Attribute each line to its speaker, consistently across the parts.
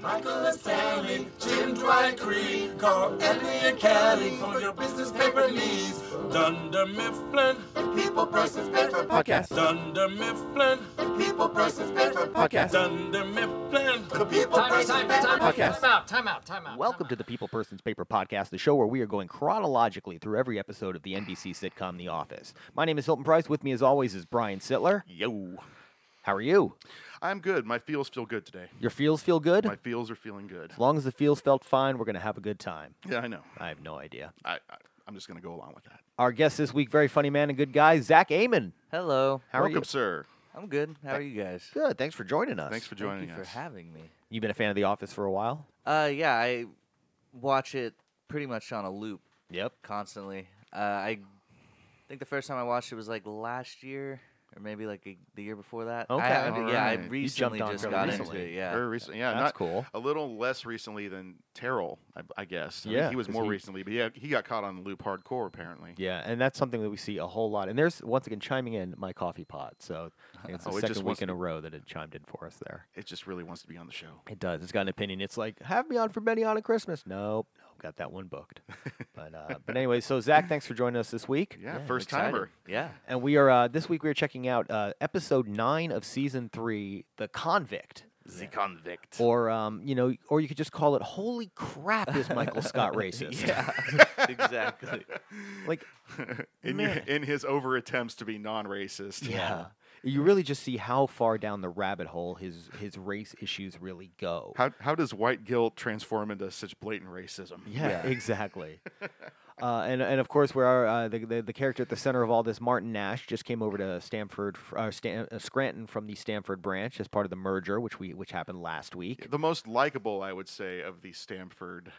Speaker 1: Michael and Stanley, Jim Dwight Creed, call Andy and Kelly for your business paper needs. Dunder Mifflin, People Persons Paper
Speaker 2: Podcast.
Speaker 1: Dunder Mifflin, People Persons Paper
Speaker 2: Podcast.
Speaker 1: Dunder Mifflin, the People
Speaker 3: Time, out,
Speaker 1: Persons
Speaker 3: time,
Speaker 1: Paper
Speaker 3: out, time, out,
Speaker 2: Podcast.
Speaker 3: time out, time out, time out.
Speaker 4: Welcome to the People Persons Paper Podcast, the show where we are going chronologically through every episode of the NBC sitcom The Office. My name is Hilton Price. With me, as always, is Brian Sittler.
Speaker 5: Yo.
Speaker 4: How are you?
Speaker 5: I'm good. My feels feel good today.
Speaker 4: Your feels feel good?
Speaker 5: My feels are feeling good.
Speaker 4: As long as the feels felt fine, we're going to have a good time.
Speaker 5: Yeah, I know.
Speaker 4: I have no idea.
Speaker 5: I, I I'm just gonna go along with that.
Speaker 4: Our guest this week, very funny man and good guy, Zach Amon.
Speaker 6: Hello.
Speaker 4: How
Speaker 5: Welcome,
Speaker 4: are you?
Speaker 5: sir.
Speaker 6: I'm good. How are you guys?
Speaker 4: Good. Thanks for joining us.
Speaker 5: Thanks for
Speaker 6: Thank
Speaker 5: joining
Speaker 6: you for
Speaker 5: us.
Speaker 6: having me.
Speaker 4: You've been a fan of The Office for a while?
Speaker 6: Uh, yeah, I watch it pretty much on a loop
Speaker 4: Yep.
Speaker 6: constantly. Uh, I think the first time I watched it was like last year, or maybe like a, the year before that. I
Speaker 4: Okay.
Speaker 6: haven't- yeah, I
Speaker 5: Alright. You
Speaker 6: recently
Speaker 4: jumped on
Speaker 6: just
Speaker 4: fairly
Speaker 6: got into
Speaker 4: recently.
Speaker 6: it. Yeah.
Speaker 5: Very recent. Yeah,
Speaker 4: That's
Speaker 5: not
Speaker 4: cool.
Speaker 5: A little less recently than Terrell, I, I guess. I think
Speaker 4: Yeah,
Speaker 5: he was
Speaker 4: 'cause
Speaker 5: more
Speaker 4: he-
Speaker 5: recently, but yeah, he got caught on the loop hardcore apparently.
Speaker 4: Yeah, and that's something that we see a whole lot. And there's, once again, chiming in my coffee pot. So I think it's the
Speaker 5: Oh, it just
Speaker 4: second
Speaker 5: wants
Speaker 4: week in
Speaker 5: to-
Speaker 4: a row that it chimed in for us there.
Speaker 5: It just really wants to be on the show.
Speaker 4: It does. It's got an opinion. It's like, have me on for Benny on at Christmas. Nope. Nope. Got that one booked. but uh, but anyway, so Zach, thanks for joining us this week.
Speaker 5: Yeah,
Speaker 6: I'm
Speaker 5: first
Speaker 6: excited.
Speaker 5: timer.
Speaker 6: Yeah.
Speaker 4: And we are uh, this week we are checking out uh, episode nine of season three, The Convict.
Speaker 5: The convict.
Speaker 4: Or um, you know, or you could just call it "Holy crap!" Is Michael Scott racist?
Speaker 6: Yeah. exactly.
Speaker 4: Like,
Speaker 5: in, your- in his over attempts to be non-racist.
Speaker 4: yeah, you really just see how far down the rabbit hole his his race issues really go.
Speaker 5: How how does white guilt transform into such blatant racism?
Speaker 4: Yeah, exactly. uh, and and of course, where our, uh, the, the the character at the center of all this, Martin Nash, just came over to Stanford, f- uh, Stan, uh, Scranton from the Stanford branch as part of the merger, which we which happened last week.
Speaker 5: The most likable, I would say, of the Stanford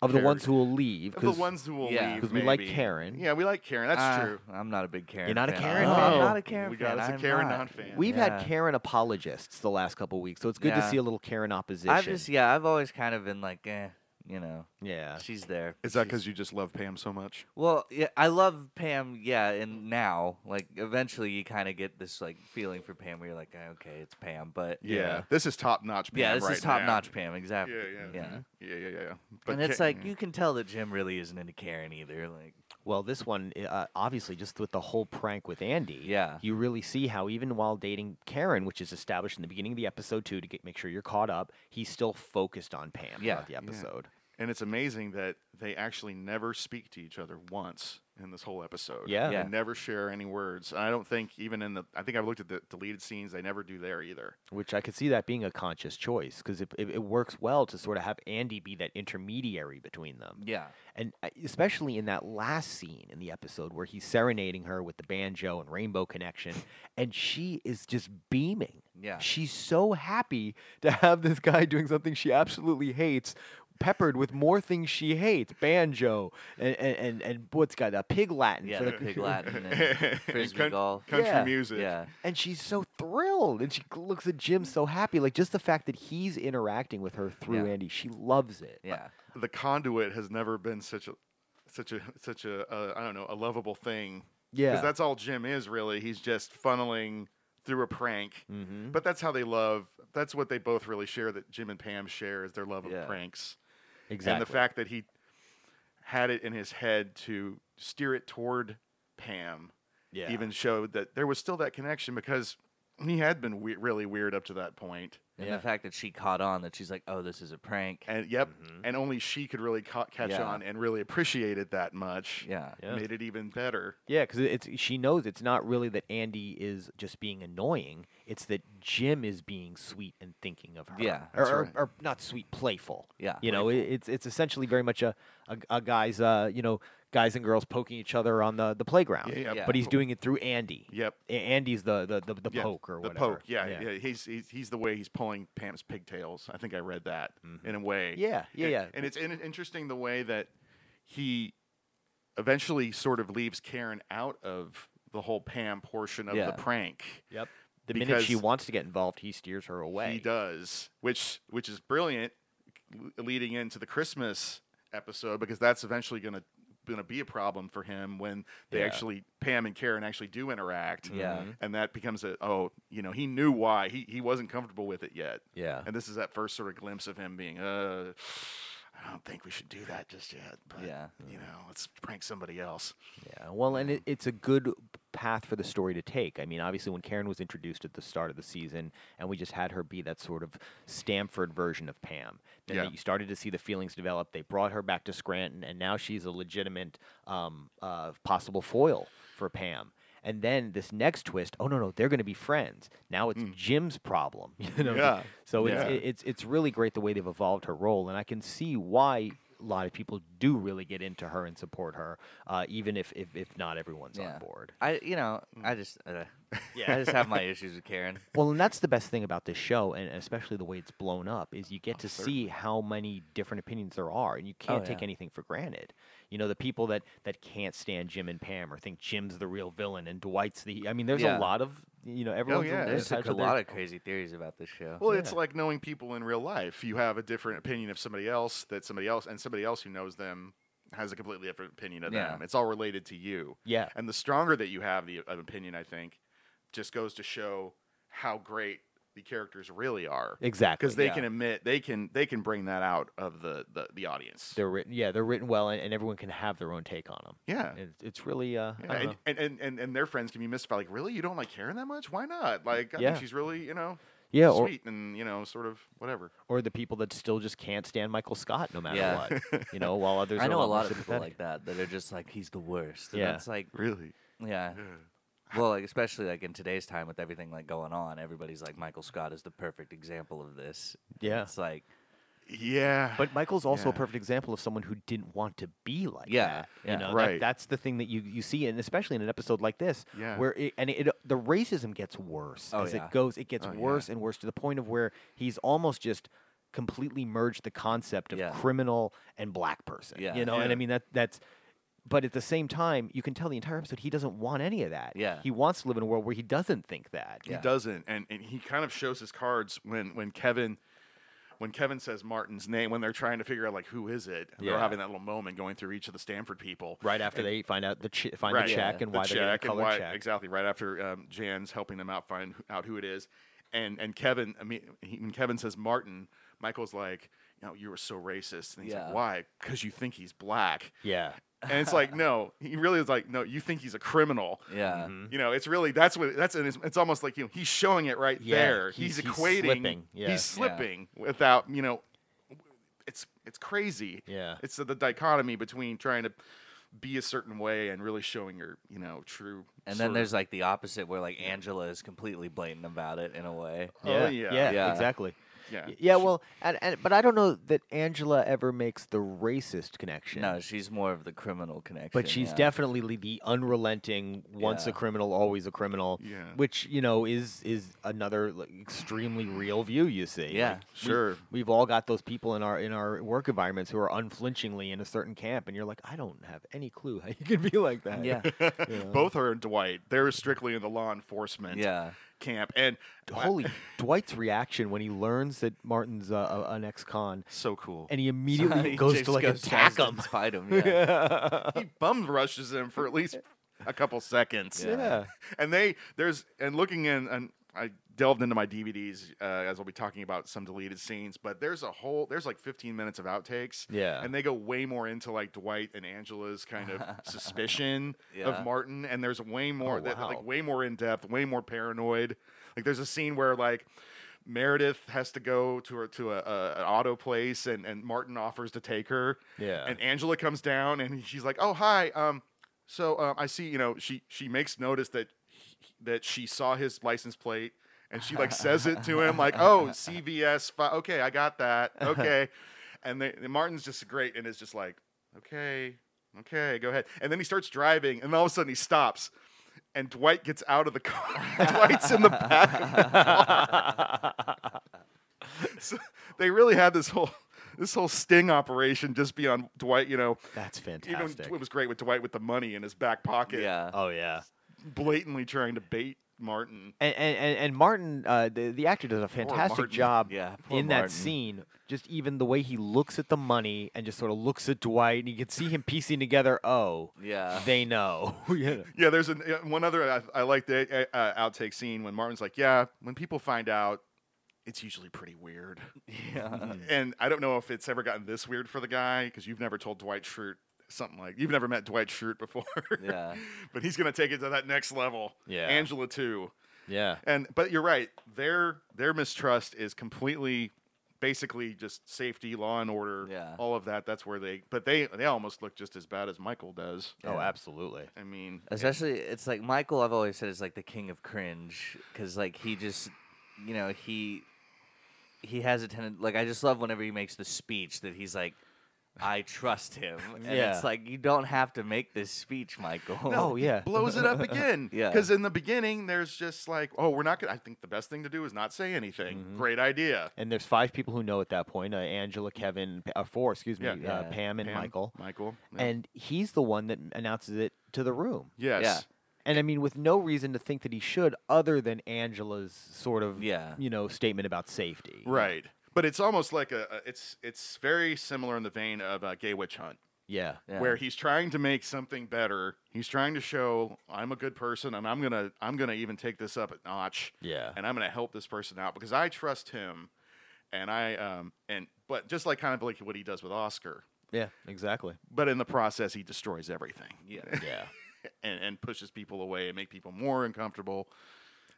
Speaker 4: Of the ones
Speaker 5: character-
Speaker 4: who will leave,
Speaker 5: Of the
Speaker 4: 'cause
Speaker 5: ones who will
Speaker 6: yeah.
Speaker 5: leave.
Speaker 4: 'Cause we like
Speaker 5: maybe.
Speaker 4: Karen. Ah.
Speaker 5: Yeah, we like Karen. That's
Speaker 6: Uh,
Speaker 5: true.
Speaker 6: I'm not a big Karen.
Speaker 4: not a
Speaker 6: fan.
Speaker 4: Karen
Speaker 6: Oh,
Speaker 4: fan?
Speaker 6: I'm not
Speaker 5: Oh,
Speaker 6: a Karen
Speaker 5: we
Speaker 6: fan.
Speaker 5: got us a
Speaker 6: I'm
Speaker 5: Karen
Speaker 6: not.
Speaker 5: non-fan.
Speaker 4: we've
Speaker 6: Yeah.
Speaker 4: had Karen apologists the last couple of weeks, so it's good to
Speaker 6: Yeah.
Speaker 4: see a little Karen opposition.
Speaker 6: I've just yeah, I've always kind of been like, eh, you know,
Speaker 4: yeah,
Speaker 6: she's there.
Speaker 5: Is that because you just love Pam so much?
Speaker 6: Well, yeah, I love Pam. Yeah, and now, like, eventually, you kind of get this like feeling for Pam, where you're like, "Ah, okay, it's Pam, but
Speaker 5: This is top notch.
Speaker 6: yeah, this is top notch Pam, exactly.
Speaker 5: Yeah, yeah. Yeah, yeah, yeah. yeah.
Speaker 6: and it's
Speaker 5: Ka-
Speaker 6: like you can tell that Jim really isn't into Karen either. Like,
Speaker 4: Well, this one, i- uh, obviously, just with the whole prank with Andy,
Speaker 6: Yeah.
Speaker 4: you really see how even while dating Karen, which is established in the beginning of the episode two to get, make sure you're caught up, he's still focused on Pam
Speaker 6: Yeah.
Speaker 4: throughout the episode.
Speaker 5: and it's amazing that they actually never speak to each other once in this whole episode.
Speaker 4: Yeah.
Speaker 5: They
Speaker 6: Yeah.
Speaker 5: never share any words. And I don't think even in the. I think I've looked at the deleted scenes. They never do there either.
Speaker 4: Which I could see that being a conscious choice because it, it, it works well to sort of have Andy be that intermediary between them.
Speaker 6: yeah,
Speaker 4: And uh, especially in that last scene in the episode where he's serenading her with the banjo and rainbow connection, and she is just beaming.
Speaker 6: Yeah.
Speaker 4: She's so happy to have this guy doing something she absolutely hates, peppered with more things she hates banjo and, and, and, and what's got a pig Latin.
Speaker 6: yeah,
Speaker 4: for
Speaker 6: the
Speaker 4: the-
Speaker 6: pig Latin and frisbee
Speaker 5: Coun-
Speaker 6: golf.
Speaker 5: Country
Speaker 4: Yeah.
Speaker 5: music.
Speaker 6: Yeah,
Speaker 4: And she's so thrilled, and she g- looks at Jim so happy. Like just the fact that he's interacting with her through
Speaker 6: Yeah.
Speaker 4: Andy, she loves it.
Speaker 6: yeah,
Speaker 5: the conduit has never been such a such a such a uh, I don't know a lovable thing.
Speaker 4: Yeah.
Speaker 5: because that's all Jim is really. He's just funneling through a prank.
Speaker 4: Mhm.
Speaker 5: But that's how they love. That's what they both really share. That Jim and Pam share is their love
Speaker 6: Yeah.
Speaker 5: of pranks
Speaker 4: Exactly.
Speaker 5: and the fact that he had it in his head to steer it toward Pam.
Speaker 4: Yeah.
Speaker 5: Even showed that there was still that connection because he had been we- really weird up to that point.
Speaker 6: and
Speaker 4: Yeah.
Speaker 6: the fact that she caught on that she's like, "Oh, this is a prank."
Speaker 5: And yep, and only she could really ca- catch
Speaker 6: Yeah.
Speaker 5: on and really appreciate it that much.
Speaker 6: yeah,
Speaker 4: Yeah.
Speaker 5: made it even better.
Speaker 4: Yeah, because it's she knows it's not really that Andy is just being annoying. It's that Jim is being sweet and thinking of her.
Speaker 6: Yeah,
Speaker 4: or,
Speaker 5: that's
Speaker 4: or-
Speaker 5: right.
Speaker 4: or not sweet, playful.
Speaker 6: Yeah,
Speaker 4: you know, it, it's it's essentially very much a a, a guy's uh, you know guys and girls poking each other on the the playground.
Speaker 5: Yeah,
Speaker 6: yeah.
Speaker 4: but he's doing it through Andy.
Speaker 5: Yep.
Speaker 4: A- Andy's the the the, the
Speaker 5: Yeah,
Speaker 4: poke or
Speaker 5: the
Speaker 4: whatever.
Speaker 5: poke. Yeah, yeah. He's, he's he's the way he's pulling Pam's pigtails. I think I read that in a way.
Speaker 4: Mm-hmm. Yeah, yeah,
Speaker 5: And-
Speaker 4: yeah.
Speaker 5: And it's in, interesting the way that he eventually sort of leaves Karen out of the whole Pam portion of
Speaker 6: Yeah.
Speaker 5: the prank.
Speaker 4: Yep. The minute she
Speaker 5: Because-
Speaker 4: wants to get involved, he steers her away.
Speaker 5: He does, which which is brilliant, l- leading into the Christmas episode because that's eventually going to going to be a problem for him when they
Speaker 6: Yeah.
Speaker 5: actually Pam and Karen actually do interact.
Speaker 6: Yeah.
Speaker 5: and that becomes a oh, you know, he knew why he he wasn't comfortable with it yet.
Speaker 6: Yeah.
Speaker 5: and this is that first sort of glimpse of him being uh. I don't think we should do that just yet. But,
Speaker 6: Yeah.
Speaker 5: you know, let's prank somebody else.
Speaker 4: Yeah, well, and it, it's a good path for the story to take. I mean, obviously, when Karen was introduced at the start of the season, and we just had her be that sort of Stanford version of Pam, then
Speaker 5: Yeah.
Speaker 4: you started to see the feelings develop. They brought her back to Scranton, and now she's a legitimate um, uh, possible foil for Pam. And then this next twist, oh no no, they're going to be friends. Now it's Jim's problem, you know.
Speaker 5: Hmm. Yeah.
Speaker 4: So it's,
Speaker 5: Yeah.
Speaker 4: it- it's it's really great the way they've evolved her role, and I can see why a lot of people do really get into her and support her, uh, even if, if if not everyone's
Speaker 6: yeah.
Speaker 4: on board.
Speaker 6: I you know I just uh, yeah I just have my issues with Karen.
Speaker 4: Well, and that's the best thing about this show, and especially the way it's blown up, is you get
Speaker 6: Oh,
Speaker 4: to see how many different opinions there are, and you can't take
Speaker 6: yeah.
Speaker 4: anything for granted. You know, the people that that can't stand Jim and Pam or think Jim's the real villain and Dwight's the. I mean, there's
Speaker 6: Yeah. Oh,
Speaker 4: a lot of you know everyone's
Speaker 5: yeah,
Speaker 4: entitled
Speaker 5: it's
Speaker 6: There's like
Speaker 4: to
Speaker 6: a
Speaker 4: their-
Speaker 6: lot of crazy theories about this show.
Speaker 5: Well, it's like knowing people in real life. You have a different opinion of somebody else that somebody else and somebody else who knows them has a completely different opinion of
Speaker 6: Yeah.
Speaker 5: them. It's all related to you.
Speaker 4: yeah.
Speaker 5: And the stronger that you have the of opinion, I think, just goes to show how great the characters really are.
Speaker 4: Exactly.
Speaker 5: Because they
Speaker 6: Yeah.
Speaker 5: can admit they can they can bring that out of the the, the audience.
Speaker 4: they're written yeah they're written well and, and everyone can have their own take on them
Speaker 5: yeah.
Speaker 4: it's, it's really uh
Speaker 5: Yeah,
Speaker 4: I don't know.
Speaker 5: and, and, and, and, and their friends can be mystified. Like, really, you don't like Karen that much? Why not? Like, I
Speaker 4: Yeah.
Speaker 5: think she's really, you know,
Speaker 4: yeah or,
Speaker 5: sweet and you know, sort of whatever.
Speaker 4: or the people that still just can't stand michael scott no matter
Speaker 6: Yeah.
Speaker 4: what you know while others
Speaker 6: I
Speaker 4: are
Speaker 6: know a
Speaker 4: lot more
Speaker 6: lot of people
Speaker 4: sympathetic.
Speaker 6: like that that are just like he's the worst. And
Speaker 4: Yeah.
Speaker 6: it's like
Speaker 5: Really,
Speaker 6: yeah. Well, like especially like in today's time with everything like going on, everybody's like Michael Scott is the perfect example of this.
Speaker 4: yeah
Speaker 6: It's like
Speaker 5: yeah.
Speaker 4: but michael's also a
Speaker 5: Yeah.
Speaker 4: perfect example of someone who didn't want to be like
Speaker 6: Yeah,
Speaker 4: that
Speaker 6: yeah.
Speaker 4: you know that-
Speaker 5: Right.
Speaker 4: that's the thing that you you see and especially in an episode like this
Speaker 5: Yeah.
Speaker 4: where it, and it the racism gets worse
Speaker 6: Oh,
Speaker 4: as
Speaker 6: yeah.
Speaker 4: it goes it gets
Speaker 5: Oh, yeah.
Speaker 4: worse and worse to the point of where he's almost just completely merged the concept of
Speaker 6: Yeah.
Speaker 4: criminal and black person
Speaker 6: Yeah.
Speaker 4: you know and
Speaker 5: Yeah.
Speaker 4: i mean that that's but at the same time you can tell the entire episode he doesn't want any of that
Speaker 6: Yeah.
Speaker 4: he wants to live in a world where he doesn't think that
Speaker 5: he doesn't and, and he kind of shows his cards when when kevin when kevin says martin's name when they're trying to figure out like who is it and
Speaker 4: Yeah.
Speaker 5: they're having that little moment going through each of the stanford people
Speaker 4: right after they find out the ch- find
Speaker 5: Right.
Speaker 4: the check and
Speaker 5: the
Speaker 4: why they're
Speaker 5: check
Speaker 4: getting a
Speaker 5: and
Speaker 4: color
Speaker 5: why
Speaker 4: check
Speaker 5: exactly right after um, jan's helping them out find who- out who it is and and kevin i mean he, when kevin says martin michael's like you know you were so racist and he's
Speaker 6: Yeah.
Speaker 5: like why because you think he's black
Speaker 4: yeah
Speaker 5: and it's like no he really is like no you think he's a criminal
Speaker 6: yeah.
Speaker 4: Mm-hmm.
Speaker 5: you know, it's really that's what that's and it's, it's almost like you know he's showing it right
Speaker 4: Yeah,
Speaker 5: there.
Speaker 4: he's-
Speaker 5: He's,
Speaker 4: he's
Speaker 5: equating.
Speaker 4: slipping, yeah.
Speaker 5: He's slipping without you know. It's it's crazy.
Speaker 4: Yeah.
Speaker 5: It's the, the dichotomy between trying to be a certain way and really showing your you know true.
Speaker 6: And
Speaker 5: sort
Speaker 6: then
Speaker 5: of-
Speaker 6: there's like the opposite where like Angela is completely blatant about it in a way.
Speaker 5: Oh,
Speaker 4: yeah,
Speaker 5: yeah.
Speaker 4: yeah
Speaker 6: Yeah.
Speaker 4: exactly
Speaker 5: yeah.
Speaker 4: Y- yeah well and, and but i don't know that angela ever makes the racist connection
Speaker 6: No, she's more of the criminal connection.
Speaker 4: but she's
Speaker 6: yeah.
Speaker 4: definitely le- the unrelenting once a
Speaker 6: Yeah.
Speaker 4: criminal always a criminal
Speaker 5: Yeah.
Speaker 4: which you know is is another like, extremely real view you see
Speaker 6: Yeah.
Speaker 4: Like,
Speaker 5: Sure.
Speaker 4: we've all got those people in our in our work environments who are unflinchingly in a certain camp and you're like i don't have any clue how you could be like that
Speaker 6: Yeah.
Speaker 5: Both her and Dwight, they're strictly in the law enforcement
Speaker 6: Yeah.
Speaker 5: camp, and
Speaker 4: holy dwight's reaction when he learns that martin's uh, a, an ex-con
Speaker 5: so cool.
Speaker 4: and he immediately
Speaker 6: He
Speaker 4: goes
Speaker 6: just
Speaker 4: to like
Speaker 6: goes- tries
Speaker 4: attack
Speaker 6: to
Speaker 4: him
Speaker 6: Fight him. Yeah.
Speaker 5: he bum rushes him for at least a couple seconds.
Speaker 6: Yeah.
Speaker 4: yeah
Speaker 5: and they there's and looking in and I delved into my DVDs uh, as we'll be talking about some deleted scenes, but there's a whole there's like 15 minutes of outtakes.
Speaker 4: Yeah.
Speaker 5: and they go way more into like Dwight and Angela's kind of suspicion
Speaker 6: Yeah.
Speaker 5: of Martin, and there's way more
Speaker 4: Oh,
Speaker 5: they're,
Speaker 4: wow.
Speaker 5: like way more in depth, way more paranoid. Like there's a scene where like. Meredith has to go to her, to a, a an auto place, and, and Martin offers to take her.
Speaker 4: Yeah.
Speaker 5: and Angela comes down and she's like, "Oh hi, um, so um, I see you know she she makes notice that he- that she saw his license plate and she like says it to him like, "Oh CVS, fi- okay, I got that, okay," and, they, and Martin's just great and is just like, "Okay, okay, go ahead," and then he starts driving and all of a sudden he stops. And Dwight gets out of the car. Dwight's in the back of the so they really had this whole this whole sting operation just be on Dwight. You know,
Speaker 4: that's
Speaker 5: even
Speaker 4: fantastic
Speaker 5: it was great with Dwight with the money in his back pocket,
Speaker 6: yeah.
Speaker 4: oh yeah
Speaker 5: blatantly trying to bait Martin.
Speaker 4: and and and, and Martin, uh, the the actor does a fantastic
Speaker 5: Martin.
Speaker 4: job
Speaker 6: Yeah, poor
Speaker 4: in
Speaker 6: Martin.
Speaker 4: that scene. Just even the way he looks at the money and just sort of looks at Dwight, and you can see him piecing together. Oh,
Speaker 6: Yeah.
Speaker 4: they know. Yeah.
Speaker 5: Yeah, there's an, uh, one other I, I like the uh, uh, outtake scene when Martin's like, "Yeah, when people find out, it's usually pretty weird."
Speaker 6: yeah.
Speaker 5: And I don't know if it's ever gotten this weird for the guy because you've never told Dwight Schrute something like you've never met Dwight Schrute before.
Speaker 6: Yeah.
Speaker 5: but he's gonna take it to that next level.
Speaker 4: Yeah.
Speaker 5: Angela too.
Speaker 4: yeah.
Speaker 5: And but you're right. Their their mistrust is completely, basically just safety, law and order.
Speaker 6: Yeah.
Speaker 5: All of that. That's where they. But they they almost look just as bad as Michael does.
Speaker 4: Oh, absolutely.
Speaker 5: I mean,
Speaker 6: Especially, it's like Michael. I've always said is like the king of cringe because like he just, you know, he he has a tendency. Like I just love whenever he makes the speech that he's like, I trust him, and
Speaker 4: Yeah.
Speaker 6: it's like you don't have to make this speech, Michael.
Speaker 4: Oh yeah.
Speaker 5: blows it up again.
Speaker 6: Yeah.
Speaker 5: Because in the beginning, there's just like, oh, we're not gonna. I think the best thing to do is not say anything.
Speaker 4: Mm-hmm.
Speaker 5: Great idea.
Speaker 4: And there's five people who know at that point: uh, Angela, Kevin, P- uh, four, excuse me,
Speaker 5: Yeah.
Speaker 4: Uh,
Speaker 6: Yeah.
Speaker 4: Pam and
Speaker 5: Pam,
Speaker 4: Michael.
Speaker 5: Michael. Yeah.
Speaker 4: And he's the one that announces it to the room.
Speaker 5: yes.
Speaker 6: Yeah.
Speaker 4: And I mean, with no reason to think that he should, other than Angela's sort of,
Speaker 6: Yeah.
Speaker 4: you know, statement about safety.
Speaker 5: Right. But it's almost like a, a- it's it's very similar in the vein of uh, Gay Witch Hunt,
Speaker 4: Yeah.
Speaker 6: Yeah.
Speaker 5: where he's trying to make something better. He's trying to show I'm a good person, and I'm gonna I'm gonna even take this up a notch,
Speaker 4: Yeah.
Speaker 5: and I'm gonna help this person out because I trust him, and I um and but just like kind of like what he does with Oscar,
Speaker 4: Yeah. Exactly.
Speaker 5: but in the process he destroys everything.
Speaker 6: Yeah.
Speaker 4: Yeah.
Speaker 5: and, and pushes people away and make people more uncomfortable.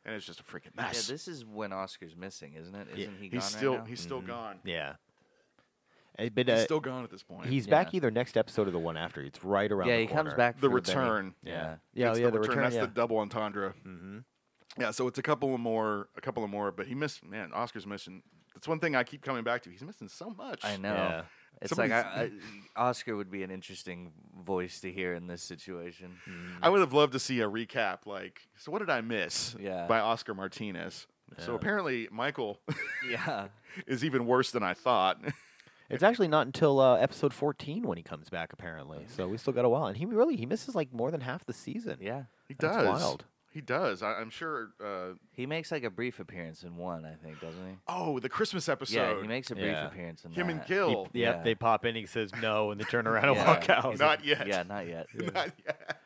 Speaker 5: And it's just a freaking
Speaker 6: Yeah,
Speaker 5: mess.
Speaker 6: this is when Oscar's missing, isn't it? Isn't he gone
Speaker 5: he's
Speaker 6: right
Speaker 5: still
Speaker 6: now? Mm-hmm.
Speaker 5: he's still gone.
Speaker 4: yeah. Uh, But uh,
Speaker 5: He's
Speaker 4: he's,
Speaker 5: still gone at this point.
Speaker 4: back
Speaker 6: Yeah.
Speaker 4: either next episode or the one after. It's right around.
Speaker 6: yeah,
Speaker 4: the
Speaker 6: he comes
Speaker 4: corner.
Speaker 6: back.
Speaker 5: the
Speaker 6: for Benny.
Speaker 5: return.
Speaker 6: Yeah.
Speaker 4: Yeah.
Speaker 5: It's
Speaker 4: yeah. The return.
Speaker 5: That's
Speaker 4: yeah.
Speaker 5: the double entendre.
Speaker 4: mm-hmm.
Speaker 5: Yeah, so it's a couple of more, a couple of more. But he missed, man. Oscar's missing. That's one thing I keep coming back to. He's missing so much.
Speaker 6: I know.
Speaker 4: Yeah.
Speaker 6: It's like I, I, Oscar would be an interesting voice to hear in this situation.
Speaker 5: I would have loved to see a recap. Like, so what did I miss?
Speaker 6: Yeah.
Speaker 5: By Oscar Martinez. So
Speaker 4: Yeah.
Speaker 5: apparently Michael
Speaker 6: yeah.
Speaker 5: is even worse than I thought.
Speaker 4: It's actually not until uh, episode 14 when he comes back,
Speaker 6: Mm.
Speaker 4: apparently. So we still got a while, and he really he misses like more than half the season.
Speaker 6: Yeah.
Speaker 5: he
Speaker 4: That's
Speaker 5: does.
Speaker 4: wild.
Speaker 5: He does. I, I'm sure. Uh,
Speaker 6: He makes like a brief appearance in one, I think, doesn't he?
Speaker 5: oh, the Christmas episode.
Speaker 6: yeah, he makes a brief
Speaker 4: yeah.
Speaker 6: appearance in
Speaker 5: him
Speaker 6: that.
Speaker 5: and Gil.
Speaker 4: He, yep,
Speaker 6: Yeah.
Speaker 4: they pop in. He says no, and they turn around and
Speaker 6: Yeah.
Speaker 4: walk out.
Speaker 5: Not yet.
Speaker 6: Yeah, not yet.
Speaker 5: Not yet.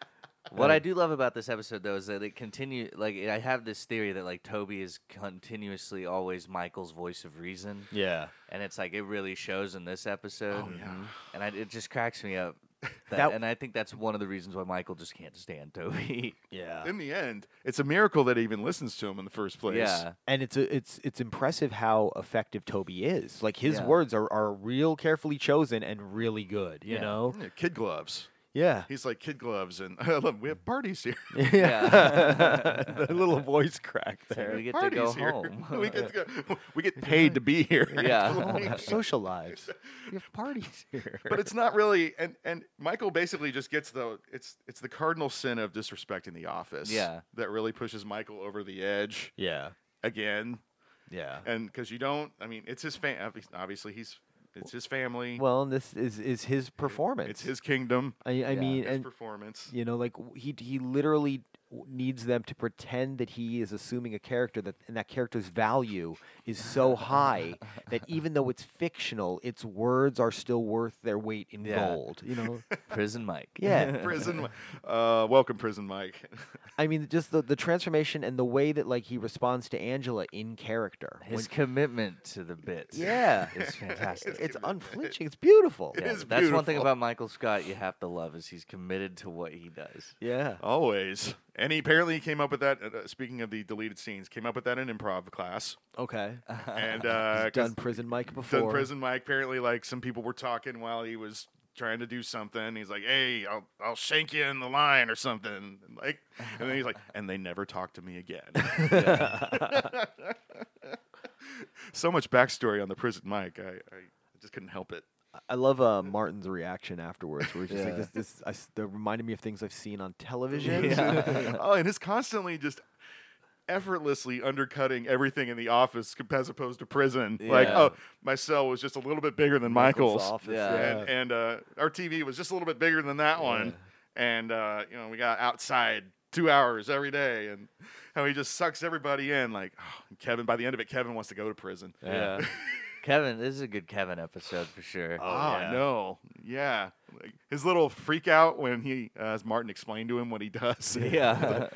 Speaker 6: What I do love about this episode though is that it continue like I have this theory that like Toby is continuously always Michael's voice of reason.
Speaker 4: yeah,
Speaker 6: and it's like it really shows in this episode. Mm-hmm.
Speaker 5: Oh, yeah. Mhm.
Speaker 6: and I, it just cracks me up. That,
Speaker 4: That-
Speaker 6: and I think that's one of the reasons why Michael just can't stand Toby.
Speaker 4: yeah.
Speaker 5: In the end, it's a miracle that he even listens to him in the first place.
Speaker 6: yeah,
Speaker 4: And it's a, it's it's impressive how effective Toby is. Like his
Speaker 6: Yeah.
Speaker 4: words are are real carefully chosen and really good. You
Speaker 6: Yeah.
Speaker 4: know.
Speaker 5: Yeah, kid gloves.
Speaker 4: Yeah.
Speaker 5: He's like kid gloves, and I love. We have parties here.
Speaker 4: Yeah. the little voice crack
Speaker 6: It's like,
Speaker 4: there.
Speaker 6: we get to
Speaker 5: parties
Speaker 6: go
Speaker 5: here.
Speaker 6: home.
Speaker 5: we get to go, We get paid to be here.
Speaker 6: Yeah.
Speaker 4: Oh, we have
Speaker 5: actually.
Speaker 4: social lives. We have parties here.
Speaker 5: but it's not really. And and Michael basically just gets the. It's it's the cardinal sin of disrespecting the office.
Speaker 6: Yeah.
Speaker 5: That really pushes Michael over the edge
Speaker 4: yeah.
Speaker 5: again,
Speaker 4: Yeah.
Speaker 5: and because you don't. I mean, it's his fam. Obviously, he's it's his family.
Speaker 4: Well, and this is is his performance.
Speaker 5: it's his kingdom.
Speaker 4: I, I mean,
Speaker 5: His
Speaker 4: and
Speaker 5: performance.
Speaker 4: You know, like w- he he literally w- needs them to pretend that he is assuming a character that and that character's value is so high that even though it's fictional, its words are still worth their weight in
Speaker 6: Yeah.
Speaker 4: gold. You know,
Speaker 6: Prison Mike.
Speaker 4: Yeah.
Speaker 5: prison. Uh, welcome, prison Mike.
Speaker 4: I mean, just the the transformation and the way that like he responds to Angela in character. when-
Speaker 6: his commitment to the bit.
Speaker 4: yeah,
Speaker 6: is fantastic.
Speaker 4: it's unflinching. It's beautiful.
Speaker 6: Yeah,
Speaker 5: is
Speaker 6: that's one thing
Speaker 5: beautiful.
Speaker 6: about Michael Scott you have to love is he's committed to what he does.
Speaker 4: Yeah.
Speaker 5: Always. And he apparently came up with that. Uh, speaking of the deleted scenes, came up with that in improv class.
Speaker 4: Okay.
Speaker 5: And uh,
Speaker 4: He's
Speaker 5: 'cause
Speaker 4: done prison Mike before.
Speaker 5: done prison Mike. Apparently, like some people were talking while he was trying to do something. He's like, "Hey, I'll I'll shank you in the line or something." And like, and then he's like, "And they never talk to me again." so much backstory on the prison Mike. I, I just couldn't help it.
Speaker 4: I love uh, Martin's reaction afterwards, where he's just like,
Speaker 6: Yeah.
Speaker 4: "This, this, I s that reminded me of things I've seen on television."
Speaker 5: oh, and it's constantly just effortlessly undercutting everything in the office comp- as opposed to prison. Like,
Speaker 6: Yeah.
Speaker 5: oh, my cell was just a little bit bigger than Michael's,
Speaker 4: office,
Speaker 6: Yeah.
Speaker 5: and, and uh, our TV was just a little bit bigger than that one, and uh, you know we got outside two hours every day, and how he just sucks everybody in. Like oh, Kevin, by the end of it, Kevin wants to go to prison.
Speaker 6: Yeah. Kevin, this is a good Kevin episode for sure.
Speaker 5: Oh, no, yeah, like, his little freak out when he, uh, as Martin explained to him what he does.
Speaker 6: Yeah.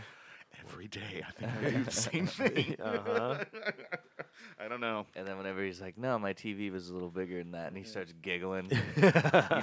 Speaker 5: every day I think I do the same thing.
Speaker 4: Uh-huh.
Speaker 5: I don't know.
Speaker 6: And then whenever he's like, "No, my TV was a little bigger than that," and he starts giggling, you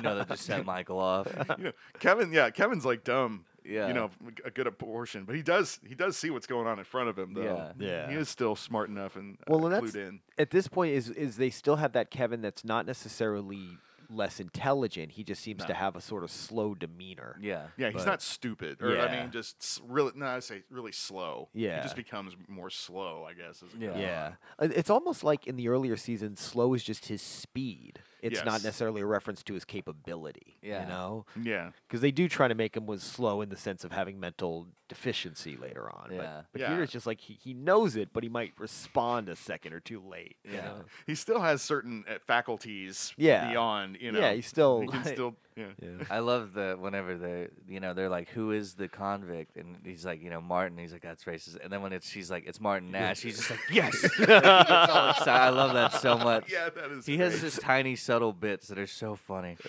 Speaker 6: know that just set Michael off.
Speaker 5: You know, Kevin. Yeah, Kevin's like dumb.
Speaker 6: Yeah.
Speaker 5: you know, a good portion, but he does he does see what's going on in front of him though.
Speaker 6: Yeah.
Speaker 4: Yeah.
Speaker 5: he is still smart enough and uh,
Speaker 4: Well, and
Speaker 5: clued
Speaker 4: that's
Speaker 5: in.
Speaker 4: at this point is is they still have that Kevin that's not necessarily less intelligent. He just seems to have a sort of slow demeanor.
Speaker 6: Yeah,
Speaker 5: Yeah, he's
Speaker 4: but-
Speaker 5: not stupid, or I
Speaker 4: Yeah.
Speaker 5: mean, just s- really. No, I say really slow. he
Speaker 4: Yeah.
Speaker 5: just becomes more slow, I guess. As it
Speaker 6: Yeah.
Speaker 5: goes
Speaker 4: Yeah. Uh, It's almost like in the earlier seasons, slow is just his speed. It's
Speaker 5: Yes.
Speaker 4: not necessarily a reference to his capability.
Speaker 6: Yeah.
Speaker 4: You know?
Speaker 5: on. yeah,
Speaker 4: Because they do try to make him was slow in the sense of having mental deficiency later on.
Speaker 6: Yeah.
Speaker 4: But, but
Speaker 5: Yeah.
Speaker 4: here it's just like he, he knows it, but he might respond a second or two late. you
Speaker 6: Yeah.
Speaker 4: know?
Speaker 5: he still has certain uh, faculties.
Speaker 4: Yeah.
Speaker 5: beyond you know.
Speaker 4: yeah, he's still.
Speaker 5: he can still. Yeah,
Speaker 6: I love the whenever they're you know they're like, "Who is the convict?" and he's like, you know, Martin. He's like, "That's racist." And then when it's she's like, "It's Martin Nash," he's just like, "Yes!" He's so excited. I love that so much.
Speaker 5: yeah, that is.
Speaker 6: He
Speaker 5: great.
Speaker 6: has just tiny subtle bits that are so funny.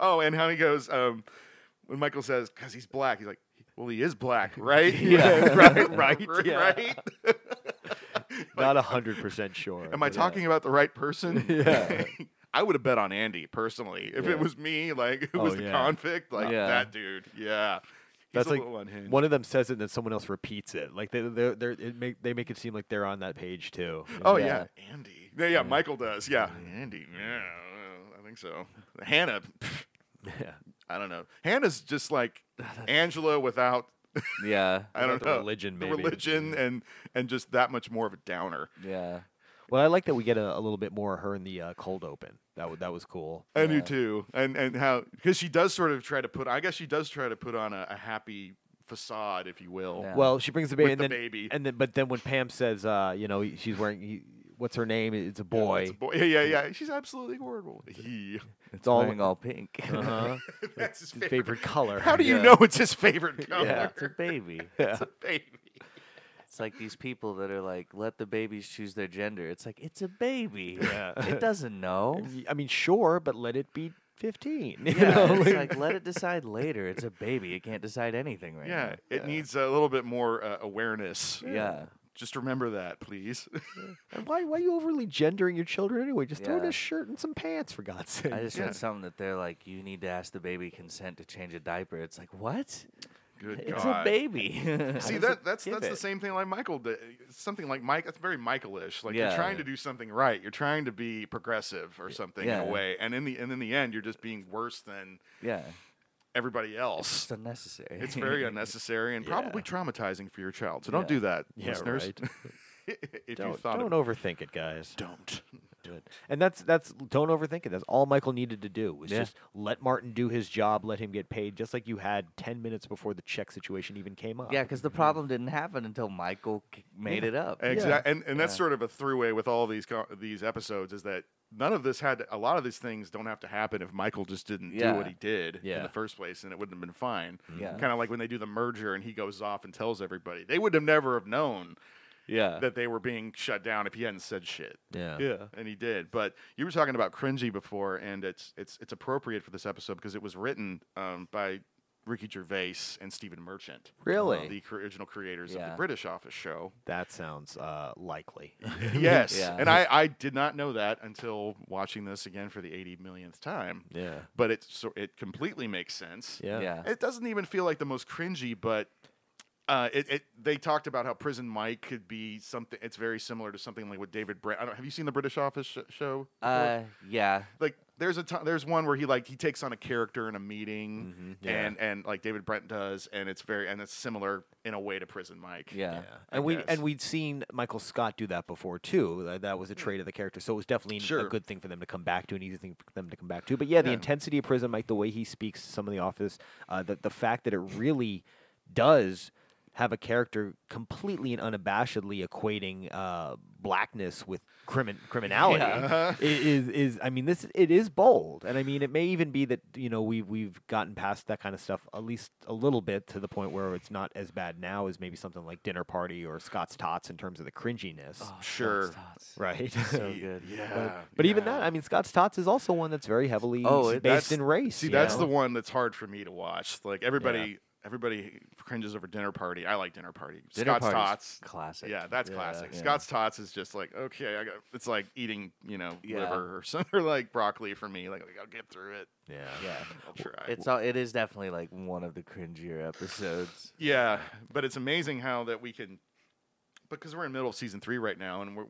Speaker 5: Oh, and how he goes um, when Michael says, "Cause he's black." He's like, "Well, he is black, right?
Speaker 6: Yeah.
Speaker 5: right, right,
Speaker 4: Yeah.
Speaker 5: right."
Speaker 4: Not Not 100% sure.
Speaker 5: Am I
Speaker 4: but-
Speaker 5: talking about the right person?
Speaker 4: Yeah.
Speaker 5: I would have bet on Andy personally if
Speaker 6: Yeah.
Speaker 5: it was me. Like, who
Speaker 4: Oh,
Speaker 5: was the
Speaker 4: yeah.
Speaker 5: convict? Like
Speaker 6: Yeah.
Speaker 5: that dude. Yeah, he's
Speaker 4: That's
Speaker 5: a
Speaker 4: like
Speaker 5: little unhinged.
Speaker 4: one of them says it, and then someone else repeats it. Like they they they it make they make it seem like they're on that page too. you
Speaker 5: Oh
Speaker 4: know?
Speaker 5: yeah, Andy. Yeah, yeah, Michael does. Yeah, Andy. Yeah, well, I think so. Hannah. pff,
Speaker 4: yeah.
Speaker 5: I don't know. Hannah's just like Angela without
Speaker 6: Yeah,
Speaker 5: I don't
Speaker 4: the
Speaker 5: know
Speaker 4: religion,
Speaker 5: the
Speaker 4: maybe.
Speaker 5: religion, and and just that much more of a downer.
Speaker 6: yeah.
Speaker 4: Well, I like that we get a, a little bit more of her in the uh, cold open. That w- that was cool.
Speaker 5: I do
Speaker 6: Yeah.
Speaker 5: too, and and how because she does sort of try to put. I guess she does try to put on a, a happy facade, if you will.
Speaker 6: Yeah.
Speaker 4: Well, she brings the baby,
Speaker 5: With
Speaker 4: and
Speaker 5: the
Speaker 4: then
Speaker 5: baby.
Speaker 4: and then but then when Pam says, uh, you know, he- she's wearing he, what's her name? It's a boy.
Speaker 5: It's a boy. Yeah, yeah, yeah. She's absolutely horrible. He.
Speaker 4: It's all
Speaker 6: Wearing all pink.
Speaker 5: Oh,
Speaker 4: uh-huh.
Speaker 5: That's his
Speaker 4: His
Speaker 5: favorite.
Speaker 4: favorite color.
Speaker 5: How do you
Speaker 6: Yeah.
Speaker 5: know it's his favorite color?
Speaker 6: yeah, it's a baby.
Speaker 5: It's a baby.
Speaker 6: It's like these people that are like, let the babies choose their gender. It's like, it's a baby.
Speaker 4: Yeah.
Speaker 6: It doesn't know.
Speaker 4: Y- I mean, sure, but let it be fifteen. You
Speaker 6: Yeah,
Speaker 4: know,
Speaker 6: it's
Speaker 4: like-
Speaker 6: like, let it decide later. It's a baby. It can't decide anything right
Speaker 5: Yeah, it needs a little bit more uh, awareness.
Speaker 6: now. Yeah.
Speaker 5: Just remember that, please.
Speaker 4: and why why are you overly gendering your children anyway? Just throw in
Speaker 6: Yeah.
Speaker 4: a shirt and some pants for God's sake.
Speaker 6: I just
Speaker 5: Yeah.
Speaker 6: read something that they're like, you need to ask the baby consent to change a diaper. It's like, what?
Speaker 5: Good
Speaker 6: It's
Speaker 5: God.
Speaker 6: a baby.
Speaker 5: See that that's
Speaker 6: give
Speaker 5: that's the
Speaker 6: it?
Speaker 5: same thing like Michael did. Something like Mike. That's very Michaelish. Like you're
Speaker 6: Yeah.
Speaker 5: trying to do something right. You're trying to be progressive or something in
Speaker 6: Yeah.
Speaker 5: a way. And in the and in the end, you're just being worse than
Speaker 6: yeah.
Speaker 5: everybody else.
Speaker 6: It's unnecessary.
Speaker 5: It's very unnecessary and probably traumatizing for your child. So don't
Speaker 6: Yeah.
Speaker 5: do that,
Speaker 4: Yeah,
Speaker 5: listeners.
Speaker 4: right.
Speaker 5: if you
Speaker 4: don't
Speaker 5: thought
Speaker 4: don't
Speaker 5: of,
Speaker 4: overthink it, guys.
Speaker 5: don't.
Speaker 4: Do it. And that's that's don't overthink it. That's all Michael needed to do was
Speaker 6: Yeah.
Speaker 4: just let Martin do his job, let him get paid, just like you had ten minutes before the check situation even came up.
Speaker 6: Yeah, because the problem didn't happen until Michael k- made it up.
Speaker 5: Exactly, and and that's
Speaker 6: Yeah.
Speaker 5: sort of a throughway with all these co- these episodes is that none of this had to, a lot of these things don't have to happen if Michael just didn't do what
Speaker 6: Yeah. Mm-hmm.
Speaker 5: he did in
Speaker 4: Yeah.
Speaker 5: the first place, and it wouldn't have been fine.
Speaker 6: Yeah.
Speaker 5: kind of like when they do the merger and he goes off and tells everybody they would have never have known
Speaker 6: Yeah.
Speaker 5: that they were being shut down if he hadn't said shit.
Speaker 4: Yeah.
Speaker 5: and he did. But you were talking about cringy before, and it's it's it's appropriate for this episode because it was written um, by Ricky Gervais and Stephen Merchant,
Speaker 4: Really?
Speaker 5: the cr- original creators of the
Speaker 6: Yeah.
Speaker 5: British Office show.
Speaker 4: That sounds uh, likely.
Speaker 5: yes,
Speaker 6: Yeah.
Speaker 5: and I I did not know that until watching this again for the eighty millionth time.
Speaker 4: yeah.
Speaker 5: But it so it completely makes sense.
Speaker 4: Yeah.
Speaker 6: Yeah. Uh,
Speaker 5: It doesn't even feel like the most cringy, but uh, it, it they talked about how Prison Mike could be something. It's very similar to something like with David Brent. I don't have you seen the British Office sh- show? before?
Speaker 6: Uh, yeah.
Speaker 5: like there's a t- there's one where he like he takes on a character in a meeting
Speaker 4: Mm-hmm. yeah.
Speaker 5: and and like David Brent does, and it's very and it's similar in a way to Prison Mike.
Speaker 6: Yeah.
Speaker 5: I
Speaker 4: And we
Speaker 5: guess.
Speaker 4: and we'd seen Michael Scott do that before too. Tha- That was a trait of the character, so it was definitely
Speaker 5: Hmm. Sure.
Speaker 4: a good thing for them to come back to, an easy thing for them to come back to. But yeah, the
Speaker 5: Yeah.
Speaker 4: intensity of prison, like the way he speaks to some of the office, uh, the the fact that it really does have a character completely and unabashedly equating uh, blackness with crimin- criminality
Speaker 5: Uh-huh.
Speaker 4: i- is, is I mean this it is bold and I mean it may even be that you know we we've gotten past that kind of stuff at least a little bit to the point where it's not as bad now as maybe something like Dinner Party or Scott's Tots in terms of the cringiness
Speaker 6: Oh,
Speaker 5: Sure.
Speaker 6: Scott's Tots.
Speaker 4: right
Speaker 6: So good.
Speaker 5: Yeah.
Speaker 4: but even that
Speaker 5: yeah.
Speaker 4: I mean Scott's Tots is also one that's very heavily
Speaker 6: Oh,
Speaker 4: s-
Speaker 6: it-
Speaker 4: based
Speaker 5: that's-
Speaker 4: in race
Speaker 5: See,
Speaker 4: you
Speaker 5: that's
Speaker 4: know?
Speaker 5: the one that's hard for me to watch. Like everybody, everybody cringes over dinner party. I like dinner party.
Speaker 6: Dinner
Speaker 5: Scott's
Speaker 6: Party's
Speaker 5: Tots.
Speaker 6: Classic.
Speaker 5: Yeah, that's classic. Scott's Tots is just like okay, I got. It's like eating, you know,
Speaker 6: Yeah.
Speaker 5: liver or something, or like broccoli for me. Like I'll get through it.
Speaker 4: yeah
Speaker 6: Yeah.
Speaker 5: I'll try.
Speaker 6: It's all, it is definitely like one of the cringier episodes.
Speaker 5: yeah, but it's amazing how that we can, because we're in the middle of season three right now, and we're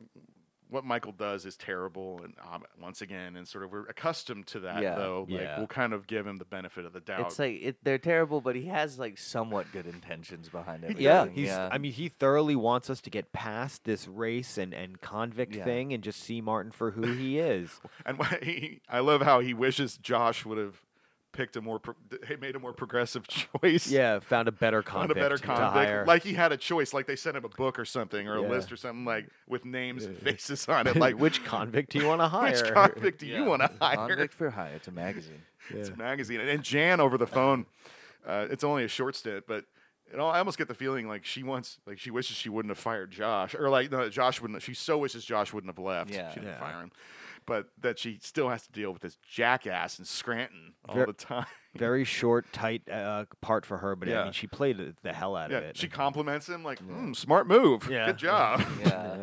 Speaker 5: what Michael does is terrible, and um, once again, and sort of we're accustomed to that
Speaker 6: Yeah.
Speaker 5: though. Like
Speaker 4: Yeah.
Speaker 5: we'll kind of give him the benefit of the doubt.
Speaker 6: It's like it, they're terrible, but he has like somewhat good intentions behind everything.
Speaker 4: Yeah, he's.
Speaker 6: yeah.
Speaker 4: I mean, he thoroughly wants us to get past this race and and convict
Speaker 6: Yeah.
Speaker 4: thing and just see Martin for who he is.
Speaker 5: And why he, I love how he wishes Josh would have picked a more, pro- he made a more progressive choice.
Speaker 4: yeah, found a better
Speaker 5: found
Speaker 4: convict.
Speaker 5: a better
Speaker 4: To hire.
Speaker 5: convict. Like he had a choice. Like they sent him a book or something, or
Speaker 4: Yeah.
Speaker 5: a list or something, like with names and faces on it. Like
Speaker 4: which convict do you want to hire?
Speaker 5: which convict do you
Speaker 6: Yeah.
Speaker 5: want to hire?
Speaker 6: Convict for Hire. It's a magazine.
Speaker 5: It's a magazine. And, and Jan over the phone. Uh, it's only a short stint, but. You know, I almost get the feeling like she wants, like she wishes she wouldn't have fired Josh, or like no, Josh wouldn't. She so wishes Josh wouldn't have left.
Speaker 6: Yeah.
Speaker 5: she didn't
Speaker 4: Yeah.
Speaker 5: fire him, but that she still has to deal with this jackass in Scranton all
Speaker 4: Ver-
Speaker 5: the time.
Speaker 4: Very short, tight uh, part for her, but I
Speaker 5: Yeah.
Speaker 4: mean, she played the- the hell out
Speaker 5: Yeah,
Speaker 4: of it. I
Speaker 5: she
Speaker 4: mean,
Speaker 5: compliments him like, mm, "Smart move,
Speaker 4: Yeah.
Speaker 5: good job."
Speaker 6: Yeah.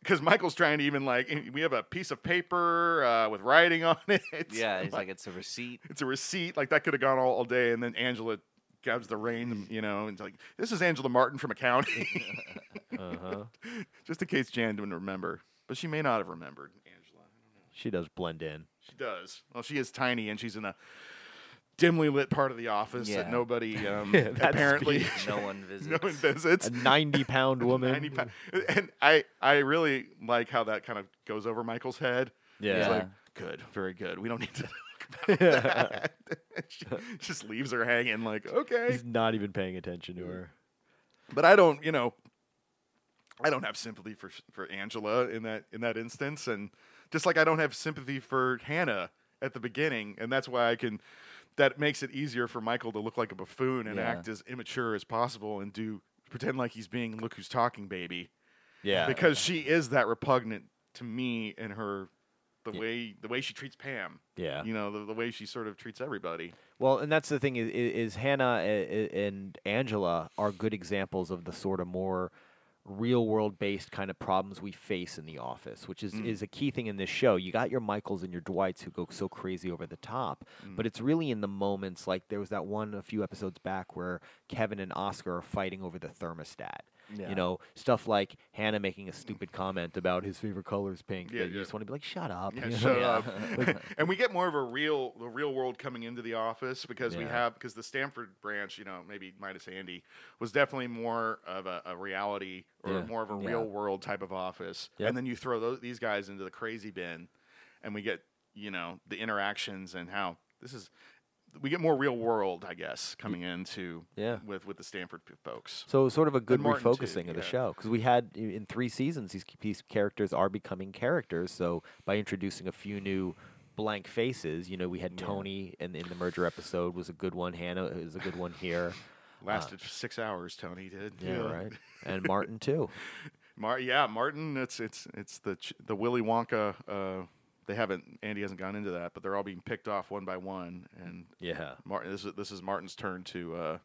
Speaker 5: Because Michael's trying to even like, we have a piece of paper uh, with writing on it.
Speaker 6: yeah. He's like, it's a receipt.
Speaker 5: it's a receipt. Like that could have gone all, all day, and then Angela grabs the reins, you know, and it's like, "This is Angela Martin from accounting,"
Speaker 4: uh-huh.
Speaker 5: just in case Jan didn't remember, but she may not have remembered Angela.
Speaker 4: She does blend in.
Speaker 5: She does. Well, she is tiny, and she's in a dimly lit part of the office that
Speaker 6: Yeah.
Speaker 5: nobody um,
Speaker 4: That speech.
Speaker 5: apparently
Speaker 6: No one visits.
Speaker 5: no one visits.
Speaker 4: A ninety-pound woman.
Speaker 5: 90 pounds. And I, I really like how that kind of goes over Michael's head. He's
Speaker 4: yeah.
Speaker 5: like, good, very good. We don't need to talk about that. she just leaves her hanging, like, okay.
Speaker 4: He's not even paying attention to her.
Speaker 5: But I don't, you know, I don't have sympathy for for Angela in that in that instance, and just like I don't have sympathy for Hannah at the beginning, and that's why I can. That makes it easier for Michael to look like a buffoon and
Speaker 6: Yeah.
Speaker 5: act as immature as possible, and do pretend like he's being "look who's talking" baby.
Speaker 4: Yeah.
Speaker 5: because she is that repugnant to me and her the way the way she treats Pam.
Speaker 4: yeah.
Speaker 5: You know, the, the way she sort of treats everybody.
Speaker 4: Well, and that's the thing is, is Hannah a- a- and Angela are good examples of the sort of more real world based kind of problems we face in the office, which
Speaker 5: Mm.
Speaker 4: is, is a key thing in this show. You got your Michaels and your Dwights who go so crazy over the top,
Speaker 5: Mm.
Speaker 4: but it's really in the moments like there was that one a few episodes back where Kevin and Oscar are fighting over the thermostat.
Speaker 6: Yeah.
Speaker 4: You know, stuff like Hannah making a stupid comment about his favorite color is pink.
Speaker 5: Yeah,
Speaker 4: that you
Speaker 5: yeah.
Speaker 4: just want to be like, shut up.
Speaker 5: Yeah,
Speaker 4: you know?
Speaker 5: shut up. and we get more of a real the real world coming into the office because we
Speaker 4: Yeah.
Speaker 5: have because the Stanford branch, you know, maybe minus Andy, was definitely more of a, a reality or
Speaker 4: Yeah.
Speaker 5: more of a
Speaker 6: Yeah.
Speaker 5: real world type of office.
Speaker 4: Yep.
Speaker 5: And then you throw those, these guys into the crazy bin, and we get you know the interactions and how this is. We get more real world, I guess, coming into
Speaker 4: Yeah.
Speaker 5: with with the Stanford p- folks.
Speaker 4: So it was sort of a good
Speaker 5: Martin, too,
Speaker 4: refocusing of the
Speaker 5: yeah.
Speaker 4: show because we had i- in three seasons these, c- these characters are becoming characters. So by introducing a few new blank faces, you know, we had Tony in, in the merger episode was a good one. Hannah is a good one here.
Speaker 5: Lasted six hours, Tony did.
Speaker 4: Uh. Yeah, right. And Martin too.
Speaker 5: Mar- yeah, Martin. It's it's it's the ch- the Willy Wonka. Uh, they haven't. Andy hasn't gone into that, but they're all being picked off one by one. And
Speaker 4: Yeah,
Speaker 5: Martin, this is this is Martin's turn to uh,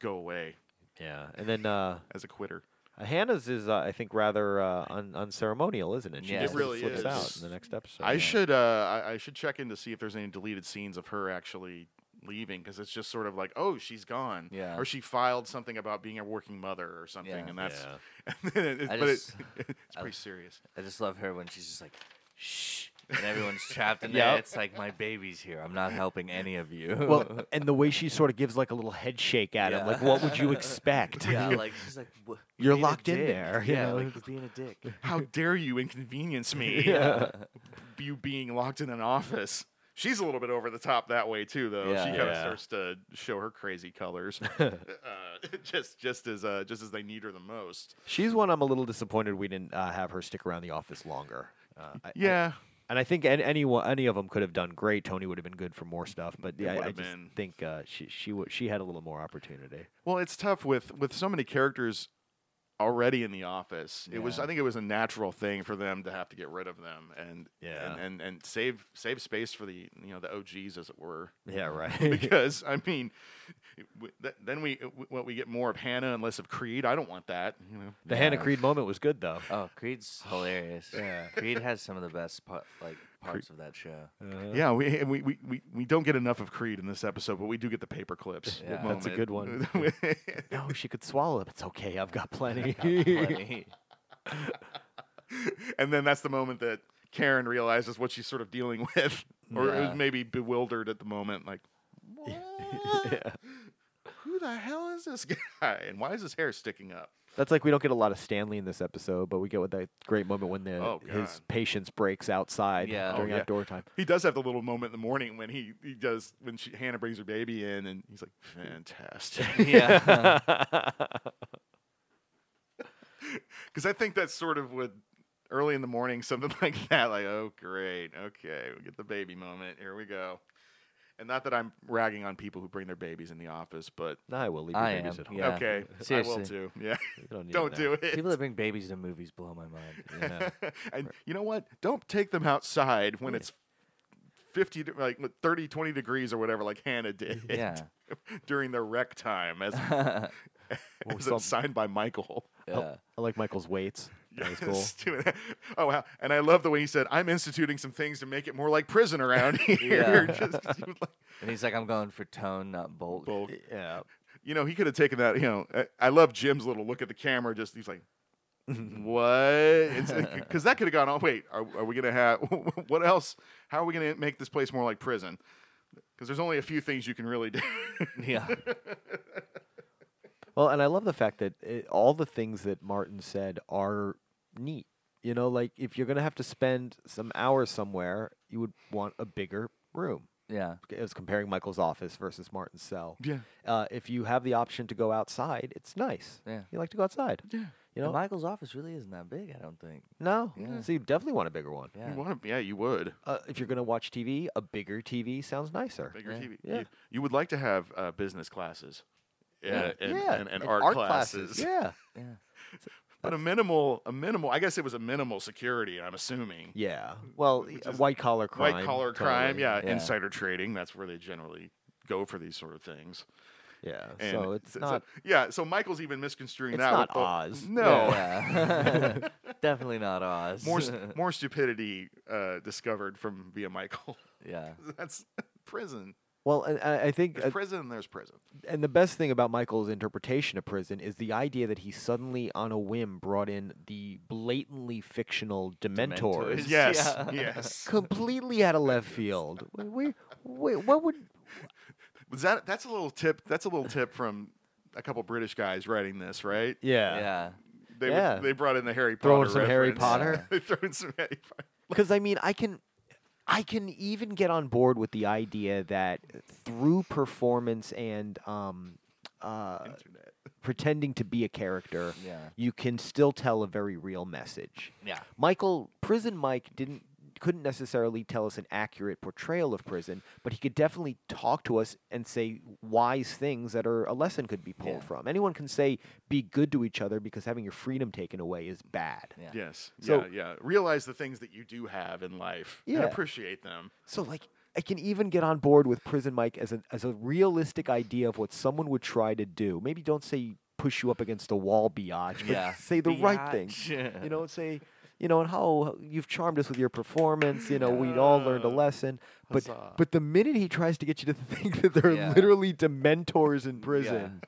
Speaker 5: go away
Speaker 4: yeah. And then uh,
Speaker 5: as a quitter.
Speaker 4: uh, Hannah's is uh, I think rather uh, un- unceremonial, isn't it?
Speaker 6: It
Speaker 4: just
Speaker 5: really
Speaker 4: slips out
Speaker 5: is.
Speaker 4: in the next
Speaker 6: Oh,
Speaker 4: episode.
Speaker 5: I should uh, I, I should check in to see if there's any deleted scenes of her actually leaving because it's just sort of like oh she's gone
Speaker 6: Yeah.
Speaker 5: or she filed something about being a working mother or something
Speaker 6: Yeah.
Speaker 5: and that's
Speaker 4: Yeah.
Speaker 5: and then it,
Speaker 6: I
Speaker 5: but
Speaker 6: just-
Speaker 5: it, it's
Speaker 6: I-
Speaker 5: pretty serious
Speaker 6: I just love her when she's just like, shh, and everyone's trapped in
Speaker 4: Yep.
Speaker 6: there. It's like my baby's here. I'm not helping any of you.
Speaker 4: Well, and the way she sort of gives like a little head shake at him, like what would you expect?
Speaker 6: yeah, like she's like, "Wha-
Speaker 4: You're
Speaker 6: being a
Speaker 4: locked in
Speaker 6: dick."
Speaker 4: there, you
Speaker 6: Yeah,
Speaker 4: know?
Speaker 6: like you're being a dick.
Speaker 5: how dare you inconvenience me you being locked in an office She's a little bit over the top that way too, though.
Speaker 6: Yeah.
Speaker 5: she kind of
Speaker 2: Yeah.
Speaker 5: starts to show her crazy colors, uh, just just as uh, just as they need her the most.
Speaker 4: She's one I'm a little disappointed we didn't uh, have her stick around the office longer. Uh, I- I-
Speaker 5: Yeah,
Speaker 4: and I think any, any one- any of them could have done great. Tony would have been good for more stuff, but yeah, I, I
Speaker 5: would've
Speaker 4: just
Speaker 5: been.
Speaker 4: think uh, she she wa she had a little more opportunity.
Speaker 5: Well, it's tough with with so many characters already in the office. It was
Speaker 4: Yeah.
Speaker 5: I think it was a natural thing for them to have to get rid of them and
Speaker 4: Yeah.
Speaker 5: and, and and save save space for the you know the OGs as it were.
Speaker 4: Yeah, right.
Speaker 5: because I mean, w- th- then we w- what we get more of Hannah and less of Creed. I don't want that. You know,
Speaker 4: the Hannah Creed moment was good though.
Speaker 6: Oh, Creed's hilarious. yeah, Creed has some of the best part, like parts of that show.
Speaker 5: yeah, we, we, we, we, we don't get enough of Creed in this episode, but we do get the paper clips.
Speaker 6: Yeah.
Speaker 4: That's a good
Speaker 5: moment.
Speaker 4: No, Oh, she could swallow it. It's okay. I've got plenty.
Speaker 6: Funny.
Speaker 5: and then that's the moment that Karen realizes what she's sort of dealing with, or
Speaker 6: Yeah.
Speaker 5: was maybe bewildered at the moment, like,
Speaker 4: Yeah.
Speaker 5: who the hell is this guy, and why is his hair sticking up?
Speaker 4: That's like we don't get a lot of Stanley in this episode, but we get with that great moment when the
Speaker 5: Oh,
Speaker 4: his
Speaker 5: God.
Speaker 4: patience breaks outside
Speaker 6: Yeah. Oh,
Speaker 4: during
Speaker 5: yeah.
Speaker 4: outdoor time.
Speaker 5: He does have the little moment in the morning when he, he does when she, Hannah brings her baby in, and he's like, fantastic.
Speaker 6: yeah,
Speaker 5: Because I think that's sort of what early in the morning, something like that. Like, oh, great. Okay. We get the baby moment. Here we go. And not that I'm ragging on people who bring their babies in the office, but
Speaker 4: No, I will leave your
Speaker 6: I
Speaker 4: babies
Speaker 6: am,
Speaker 4: at home.
Speaker 6: yeah.
Speaker 5: okay. I
Speaker 6: Seriously.
Speaker 5: will too. Yeah.
Speaker 4: You don't, need
Speaker 5: Don't do it.
Speaker 6: people that bring babies to movies blow my mind.
Speaker 4: Yeah.
Speaker 5: and you know what? Don't take them outside when it's 50, de- like what, 30, 20 degrees or whatever, like Hannah did
Speaker 6: Yeah.
Speaker 5: during their rec time, as,
Speaker 6: yeah.
Speaker 4: Well, we
Speaker 5: as
Speaker 4: saw-
Speaker 5: signed by Michael.
Speaker 4: oh, I like Michael's weights. That was cool.
Speaker 5: Yes, doing that. Oh wow! And I love the way he said, "I'm instituting some things to make it more like prison around here."
Speaker 6: Yeah.
Speaker 5: Just, he was like,
Speaker 6: And he's like, I'm going for tone, not bolt.
Speaker 5: well,
Speaker 4: Yeah.
Speaker 5: you know, he could have taken that. You know, I, I love Jim's little look at the camera. Just he's like, "What?" Because that could have gone on. Wait, are, are we gonna have what else? How are we gonna make this place more like prison? Because there's only a few things you can really do.
Speaker 6: Yeah.
Speaker 4: Well, and I love the fact that it, all the things that Martin said are neat. You know, like if you're going to have to spend some hours somewhere, you would want a bigger room.
Speaker 6: Yeah.
Speaker 4: It was comparing Michael's office versus Martin's cell.
Speaker 5: yeah,
Speaker 4: Uh, if you have the option to go outside, it's nice.
Speaker 6: Yeah.
Speaker 4: You like to go outside.
Speaker 5: yeah.
Speaker 4: You
Speaker 6: And
Speaker 4: know?
Speaker 6: Michael's office really isn't that big, I don't think.
Speaker 4: no.
Speaker 6: Yeah.
Speaker 4: So you definitely want a bigger one.
Speaker 6: Yeah.
Speaker 5: You want to? Yeah, you would.
Speaker 4: Uh, if you're going to watch TV, a bigger TV sounds nicer.
Speaker 5: Bigger
Speaker 6: Yeah.
Speaker 5: TV.
Speaker 4: Yeah.
Speaker 5: You, you would like to have uh, business classes. uh, and,
Speaker 4: yeah.
Speaker 5: and, and art, classes.
Speaker 4: Yeah.
Speaker 6: Yeah.
Speaker 5: But a minimal, a minimal. I guess it was a minimal security. I'm assuming
Speaker 4: Yeah. Well,
Speaker 5: Which
Speaker 4: uh,
Speaker 5: is
Speaker 4: white collar crime.
Speaker 5: white collar crime.
Speaker 4: totally.
Speaker 5: Yeah,
Speaker 6: yeah.
Speaker 5: insider trading. That's where they generally go for these sort of things.
Speaker 4: Yeah.
Speaker 5: And
Speaker 4: so it's not.
Speaker 5: yeah, so Michael's even misconstruing
Speaker 4: It's
Speaker 5: that.
Speaker 4: not
Speaker 5: with the-
Speaker 4: Oz.
Speaker 5: No,
Speaker 6: Yeah. Definitely not Oz.
Speaker 5: more st- more stupidity uh, discovered from via Michael.
Speaker 6: yeah.
Speaker 5: that's prison.
Speaker 4: Well, and I, I think,
Speaker 5: There's
Speaker 4: uh,
Speaker 5: prison. and There's prison.
Speaker 4: and the best thing about Michael's interpretation of prison is the idea that he suddenly, on a whim, brought in the blatantly fictional Dementors,
Speaker 6: Dementors.
Speaker 5: Yes,
Speaker 6: Yeah.
Speaker 5: yes.
Speaker 4: completely out of left field. Wait, wait, what would?
Speaker 5: Was that that's a little tip? That's a little tip from a couple British guys writing this, right?
Speaker 6: Yeah.
Speaker 5: They, would-
Speaker 4: Yeah.
Speaker 5: they brought in the Harry Potter.
Speaker 4: Throw in some Harry
Speaker 5: reference.
Speaker 4: Potter.
Speaker 5: they throw in some Harry Potter.
Speaker 4: Because I mean, I can, I can even get on board with the idea that through performance and um, uh,
Speaker 5: Internet.
Speaker 4: pretending to be a character,
Speaker 6: Yeah.
Speaker 4: you can still tell a very real message.
Speaker 6: Yeah.
Speaker 4: Michael Prison Mike didn't couldn't necessarily tell us an accurate portrayal of prison, but he could definitely talk to us and say wise things that are a lesson could be pulled
Speaker 6: Yeah.
Speaker 4: from. Anyone can say be good to each other because having your freedom taken away is bad.
Speaker 6: Yeah.
Speaker 5: Yes.
Speaker 4: So-
Speaker 5: yeah, yeah. Realize the things that you do have in life
Speaker 4: Yeah.
Speaker 5: and appreciate them.
Speaker 4: So like I can even get on board with Prison Mike as a as a realistic idea of what someone would try to do. Maybe don't say push you up against a wall, biatch, but
Speaker 6: Yeah.
Speaker 4: say the right thing.
Speaker 6: Biatch.
Speaker 4: You know, say, you know, and how you've charmed us with your performance. You know, we all learned a
Speaker 5: Yeah.
Speaker 4: lesson. But
Speaker 5: Huzzah.
Speaker 4: but the minute he tries to get you to think that there are
Speaker 6: Yeah.
Speaker 4: literally dementors in prison,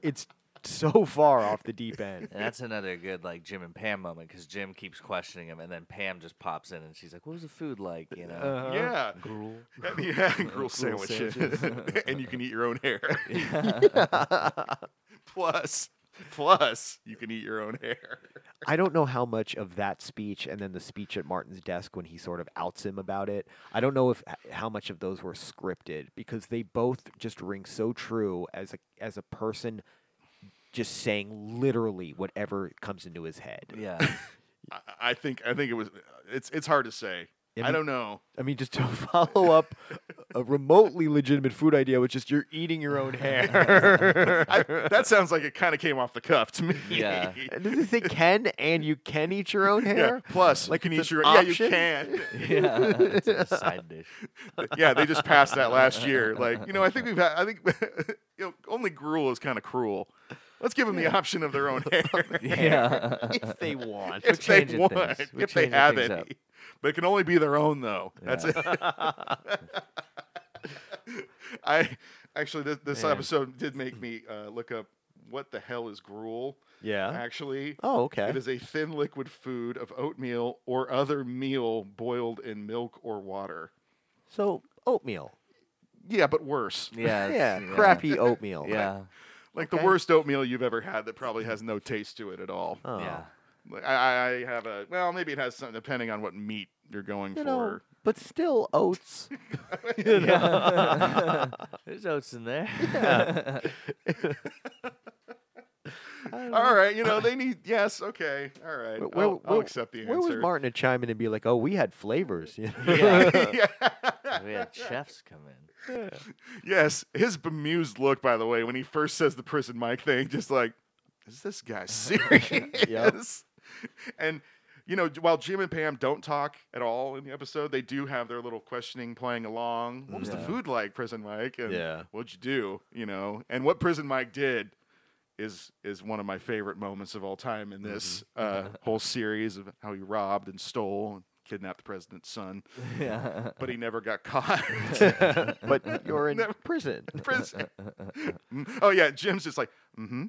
Speaker 4: it's so far off the deep end.
Speaker 6: And that's another good like Jim and Pam moment because Jim keeps questioning him, and then Pam just pops in and she's like, "What was the food like?" You know.
Speaker 5: Yeah.
Speaker 4: Gruel.
Speaker 5: yeah. Gruel sandwiches.
Speaker 6: sandwiches.
Speaker 5: and you can eat your own hair. plus, plus, you can eat your own hair.
Speaker 4: I don't know how much of that speech and then the speech at Martin's desk when he sort of outs him about it. I don't know if how much of those were scripted because they both just ring so true as a as a person just saying literally whatever comes into his head.
Speaker 6: Yeah.
Speaker 5: I, I think I think it was. It's it's hard to say.
Speaker 4: I
Speaker 5: I
Speaker 4: mean-
Speaker 5: don't know.
Speaker 4: I mean, just to follow up a remotely legitimate food idea, which is you're eating your own hair.
Speaker 5: I, that sounds like it kind of came off the cuff to me.
Speaker 6: Yeah.
Speaker 4: Does it say can and you can eat your own
Speaker 5: Yeah.
Speaker 4: hair?
Speaker 5: Plus,
Speaker 4: Like
Speaker 5: you can
Speaker 4: it's
Speaker 5: eat your.
Speaker 4: an
Speaker 5: Yeah,
Speaker 4: option?
Speaker 5: you can.
Speaker 6: yeah. It's a side dish.
Speaker 5: yeah, they just passed that last year. Like, you know, I think we've had. I think you know, only gruel is kind of cruel. Let's give them the option of their own hair
Speaker 6: Yeah.
Speaker 4: If they want.
Speaker 5: if they
Speaker 6: changing
Speaker 5: want,
Speaker 6: things. We're
Speaker 5: if they
Speaker 6: changing
Speaker 5: have
Speaker 6: things
Speaker 5: any.
Speaker 6: up.
Speaker 5: But it can only be their own, though. That's it. I actually this, this
Speaker 4: Man.
Speaker 5: episode did make me uh, look up what the hell is gruel.
Speaker 4: Yeah.
Speaker 5: Actually,
Speaker 4: Oh, okay.
Speaker 5: It is a thin liquid food of oatmeal or other meal boiled in milk or water.
Speaker 4: So oatmeal.
Speaker 5: Yeah, but worse.
Speaker 6: Yeah.
Speaker 4: Yeah,
Speaker 6: it's-
Speaker 4: crappy oatmeal.
Speaker 6: Yeah.
Speaker 5: Like
Speaker 4: Okay.
Speaker 5: the worst oatmeal you've ever had that probably has no taste to it at all.
Speaker 4: Oh.
Speaker 6: Yeah.
Speaker 5: Like, I, I- I have a well, maybe it has something depending on what meat you're going
Speaker 4: You
Speaker 5: for.
Speaker 4: know, but still oats.
Speaker 6: yeah. There's oats in there.
Speaker 5: All right, you know they need yes, okay, all right.
Speaker 4: Where-
Speaker 5: I'll, I'll
Speaker 4: where-
Speaker 5: accept the answer.
Speaker 4: Where was Martin to chime in and be like, "Oh, we had flavors." You know?
Speaker 6: yeah.
Speaker 5: Yeah.
Speaker 6: We had chefs come in.
Speaker 5: yes, his bemused look, by the way, when he first says the prison mic thing, just like, is this guy serious? And you know, while Jim and Pam don't talk at all in the episode, they do have their little questioning playing along. What was the
Speaker 6: Yeah.
Speaker 5: food like, prison Mike? And
Speaker 4: Yeah.
Speaker 5: what'd you do? You know, and what prison Mike did is is one of my favorite moments of all time in this
Speaker 6: Mm-hmm.
Speaker 5: uh, whole series of how he robbed and stole and kidnapped the president's son,
Speaker 6: Yeah.
Speaker 5: but he never got caught.
Speaker 4: but you're in
Speaker 5: Never-
Speaker 4: prison.
Speaker 5: prison. Mm, oh yeah, Jim's just like, mm-hmm.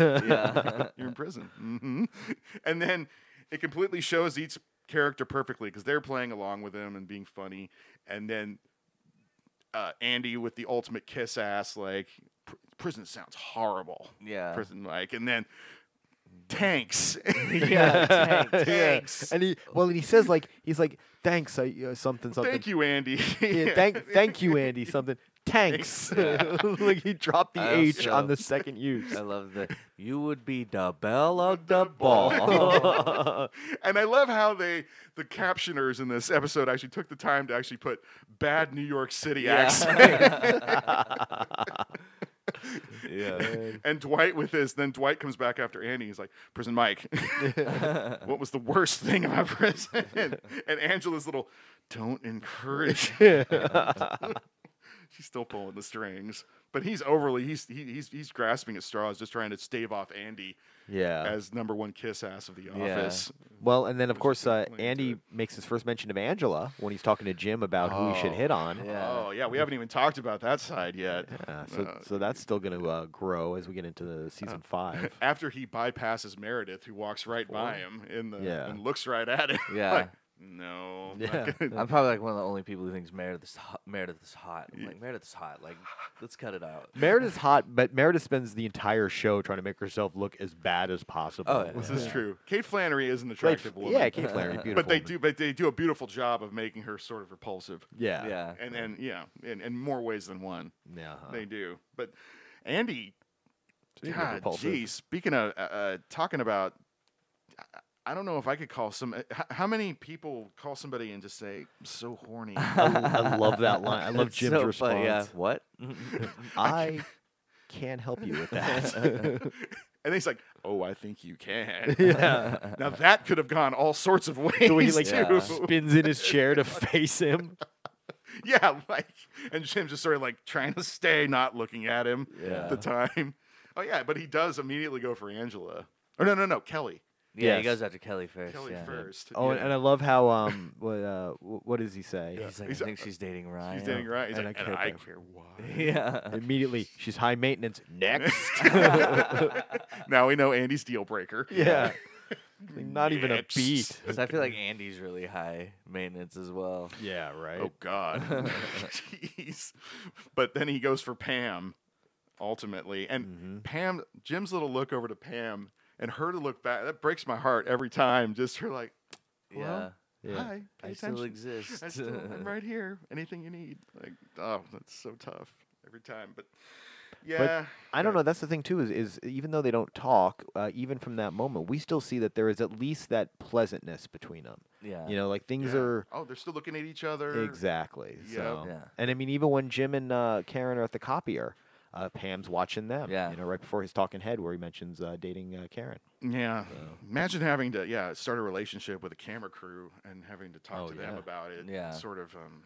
Speaker 6: Yeah.
Speaker 5: You're in prison. hmm And then it completely shows each character perfectly because they're playing along with him and being funny. And then uh, Andy with the ultimate kiss ass, like, pr- prison sounds horrible.
Speaker 6: Yeah. Mm.
Speaker 5: Prison like. And then tanks.
Speaker 6: Yeah. Tanks.
Speaker 5: tanks.
Speaker 4: And he well, and he says like he's like, "Thanks, I, uh, something, something."
Speaker 5: Thank you, Andy.
Speaker 4: Yeah, thank, thank you, Andy. Something tanks. like he dropped the
Speaker 6: I
Speaker 4: H on
Speaker 6: also-
Speaker 4: the second use.
Speaker 6: I love the. You would be the belle of the ball.
Speaker 5: and I love how they, the captioners in this episode, actually took the time to actually put bad New York City accent.
Speaker 6: yeah.
Speaker 5: And Dwight with his, then Dwight comes back after Andy. He's like, Prison Mike, what was the worst thing about prison? and Angela's little, don't encourage. him." She's still pulling the strings, but he's overly, he's he, he's he's grasping at straws, just trying to stave off Andy
Speaker 4: yeah.
Speaker 5: as number one kiss ass of the office.
Speaker 4: Well, and then of course uh,
Speaker 5: point to
Speaker 4: Andy
Speaker 5: it.
Speaker 4: makes his first mention of Angela when he's talking to Jim about who he should
Speaker 5: Oh.
Speaker 4: hit on.
Speaker 6: Yeah.
Speaker 5: Oh yeah, we haven't even talked about that side yet.
Speaker 4: Uh, so,
Speaker 5: Uh,
Speaker 4: so that's still going to uh, grow as we get into the season five.
Speaker 5: after he bypasses Meredith, who walks right by him in the
Speaker 4: Yeah.
Speaker 5: and looks right at him.
Speaker 6: Yeah.
Speaker 5: like, no. I'm not
Speaker 4: Yeah.
Speaker 5: gonna
Speaker 6: I'm probably like one of the only people who thinks Meredith's hot. Meredith's hot. I'm like Meredith's hot. Like, let's cut it out.
Speaker 4: Meredith's hot, but Meredith spends the entire show trying to make herself look as bad as possible.
Speaker 6: Oh, yeah.
Speaker 5: This
Speaker 6: This
Speaker 5: is true. Kate Flannery is an
Speaker 4: Like,
Speaker 5: attractive woman.
Speaker 4: yeah, Kate Flannery, beautiful.
Speaker 5: but they
Speaker 4: woman.
Speaker 5: do, but they do a beautiful job of making her sort of repulsive,
Speaker 4: Yeah.
Speaker 6: Yeah.
Speaker 5: and and yeah, in, in more ways than one,
Speaker 4: Yeah. uh-huh.
Speaker 5: they do. But Andy,
Speaker 4: Speaking of
Speaker 5: God,
Speaker 4: repulsive.
Speaker 5: geez, speaking of uh, uh, talking about, I- I don't know if I could call some. uh, h- How many people call somebody and just say, "I'm "So horny"?
Speaker 4: I, I love that line. I love
Speaker 6: It's
Speaker 4: Jim's
Speaker 6: so
Speaker 4: response.
Speaker 6: funny, yeah. What? Mm-hmm.
Speaker 4: I can't help you with that.
Speaker 5: and he's like, "Oh, I think you can."
Speaker 4: yeah.
Speaker 5: Now that could have gone all sorts of ways
Speaker 4: The way he like
Speaker 5: too.
Speaker 6: Yeah.
Speaker 4: spins in his chair to face him.
Speaker 5: Yeah, like, and Jim's just sort of like trying to stay not looking at him
Speaker 6: Yeah.
Speaker 5: at the time. Oh yeah, but he does immediately go for Angela. Or no, no, no, Kelly.
Speaker 6: Yeah,
Speaker 4: Yes.
Speaker 6: he goes after Kelly first.
Speaker 5: Kelly
Speaker 6: yeah.
Speaker 5: first.
Speaker 4: Oh, and,
Speaker 5: yeah.
Speaker 4: and I love how um, what uh, wh- what does he say?
Speaker 6: He's like,
Speaker 5: He's
Speaker 6: I
Speaker 5: a-
Speaker 6: think she's dating Ryan.
Speaker 5: he's dating right. He's
Speaker 4: and
Speaker 5: like,
Speaker 4: I
Speaker 5: and
Speaker 4: care
Speaker 5: I
Speaker 4: about-
Speaker 5: care why.
Speaker 6: Yeah.
Speaker 4: Immediately, she's high maintenance. Next.
Speaker 5: now we know Andy's deal breaker.
Speaker 4: yeah. Like, not even a
Speaker 5: Next.
Speaker 4: beat.
Speaker 6: So I feel like Andy's really high maintenance as well.
Speaker 4: Yeah. Right.
Speaker 5: Oh God. Jeez. But then
Speaker 4: Mm. Mm-hmm.
Speaker 5: he goes for Pam, ultimately, and Pam. Jim's little look over to Pam and her to look back. That breaks my heart every time. Just her like,
Speaker 6: yeah.
Speaker 5: Well, hi, pay
Speaker 6: I
Speaker 5: attention.
Speaker 6: still exist.
Speaker 5: I still, I'm right here. Anything you need. Like, oh, that's so tough every time. But yeah,
Speaker 4: I don't
Speaker 5: yeah.
Speaker 4: know. That's the thing too. Is is even though they don't talk, uh, even from that moment, we still see that there is at least that pleasantness between them.
Speaker 6: yeah.
Speaker 4: You know, like things
Speaker 5: Yeah.
Speaker 4: are
Speaker 5: Oh, they're still looking at each other.
Speaker 4: exactly.
Speaker 5: Yep.
Speaker 4: So,
Speaker 6: Yeah.
Speaker 4: and I mean, even when Jim and uh, Karen are at the copier, uh, Pam's watching them.
Speaker 6: Yeah.
Speaker 4: You know, right before his talking head, where he mentions uh, dating uh, Karen.
Speaker 5: Yeah. Imagine having to yeah start a relationship with a camera crew and having to talk
Speaker 4: Oh,
Speaker 5: to them
Speaker 4: yeah.
Speaker 5: about it.
Speaker 6: Yeah.
Speaker 5: Sort of. Um,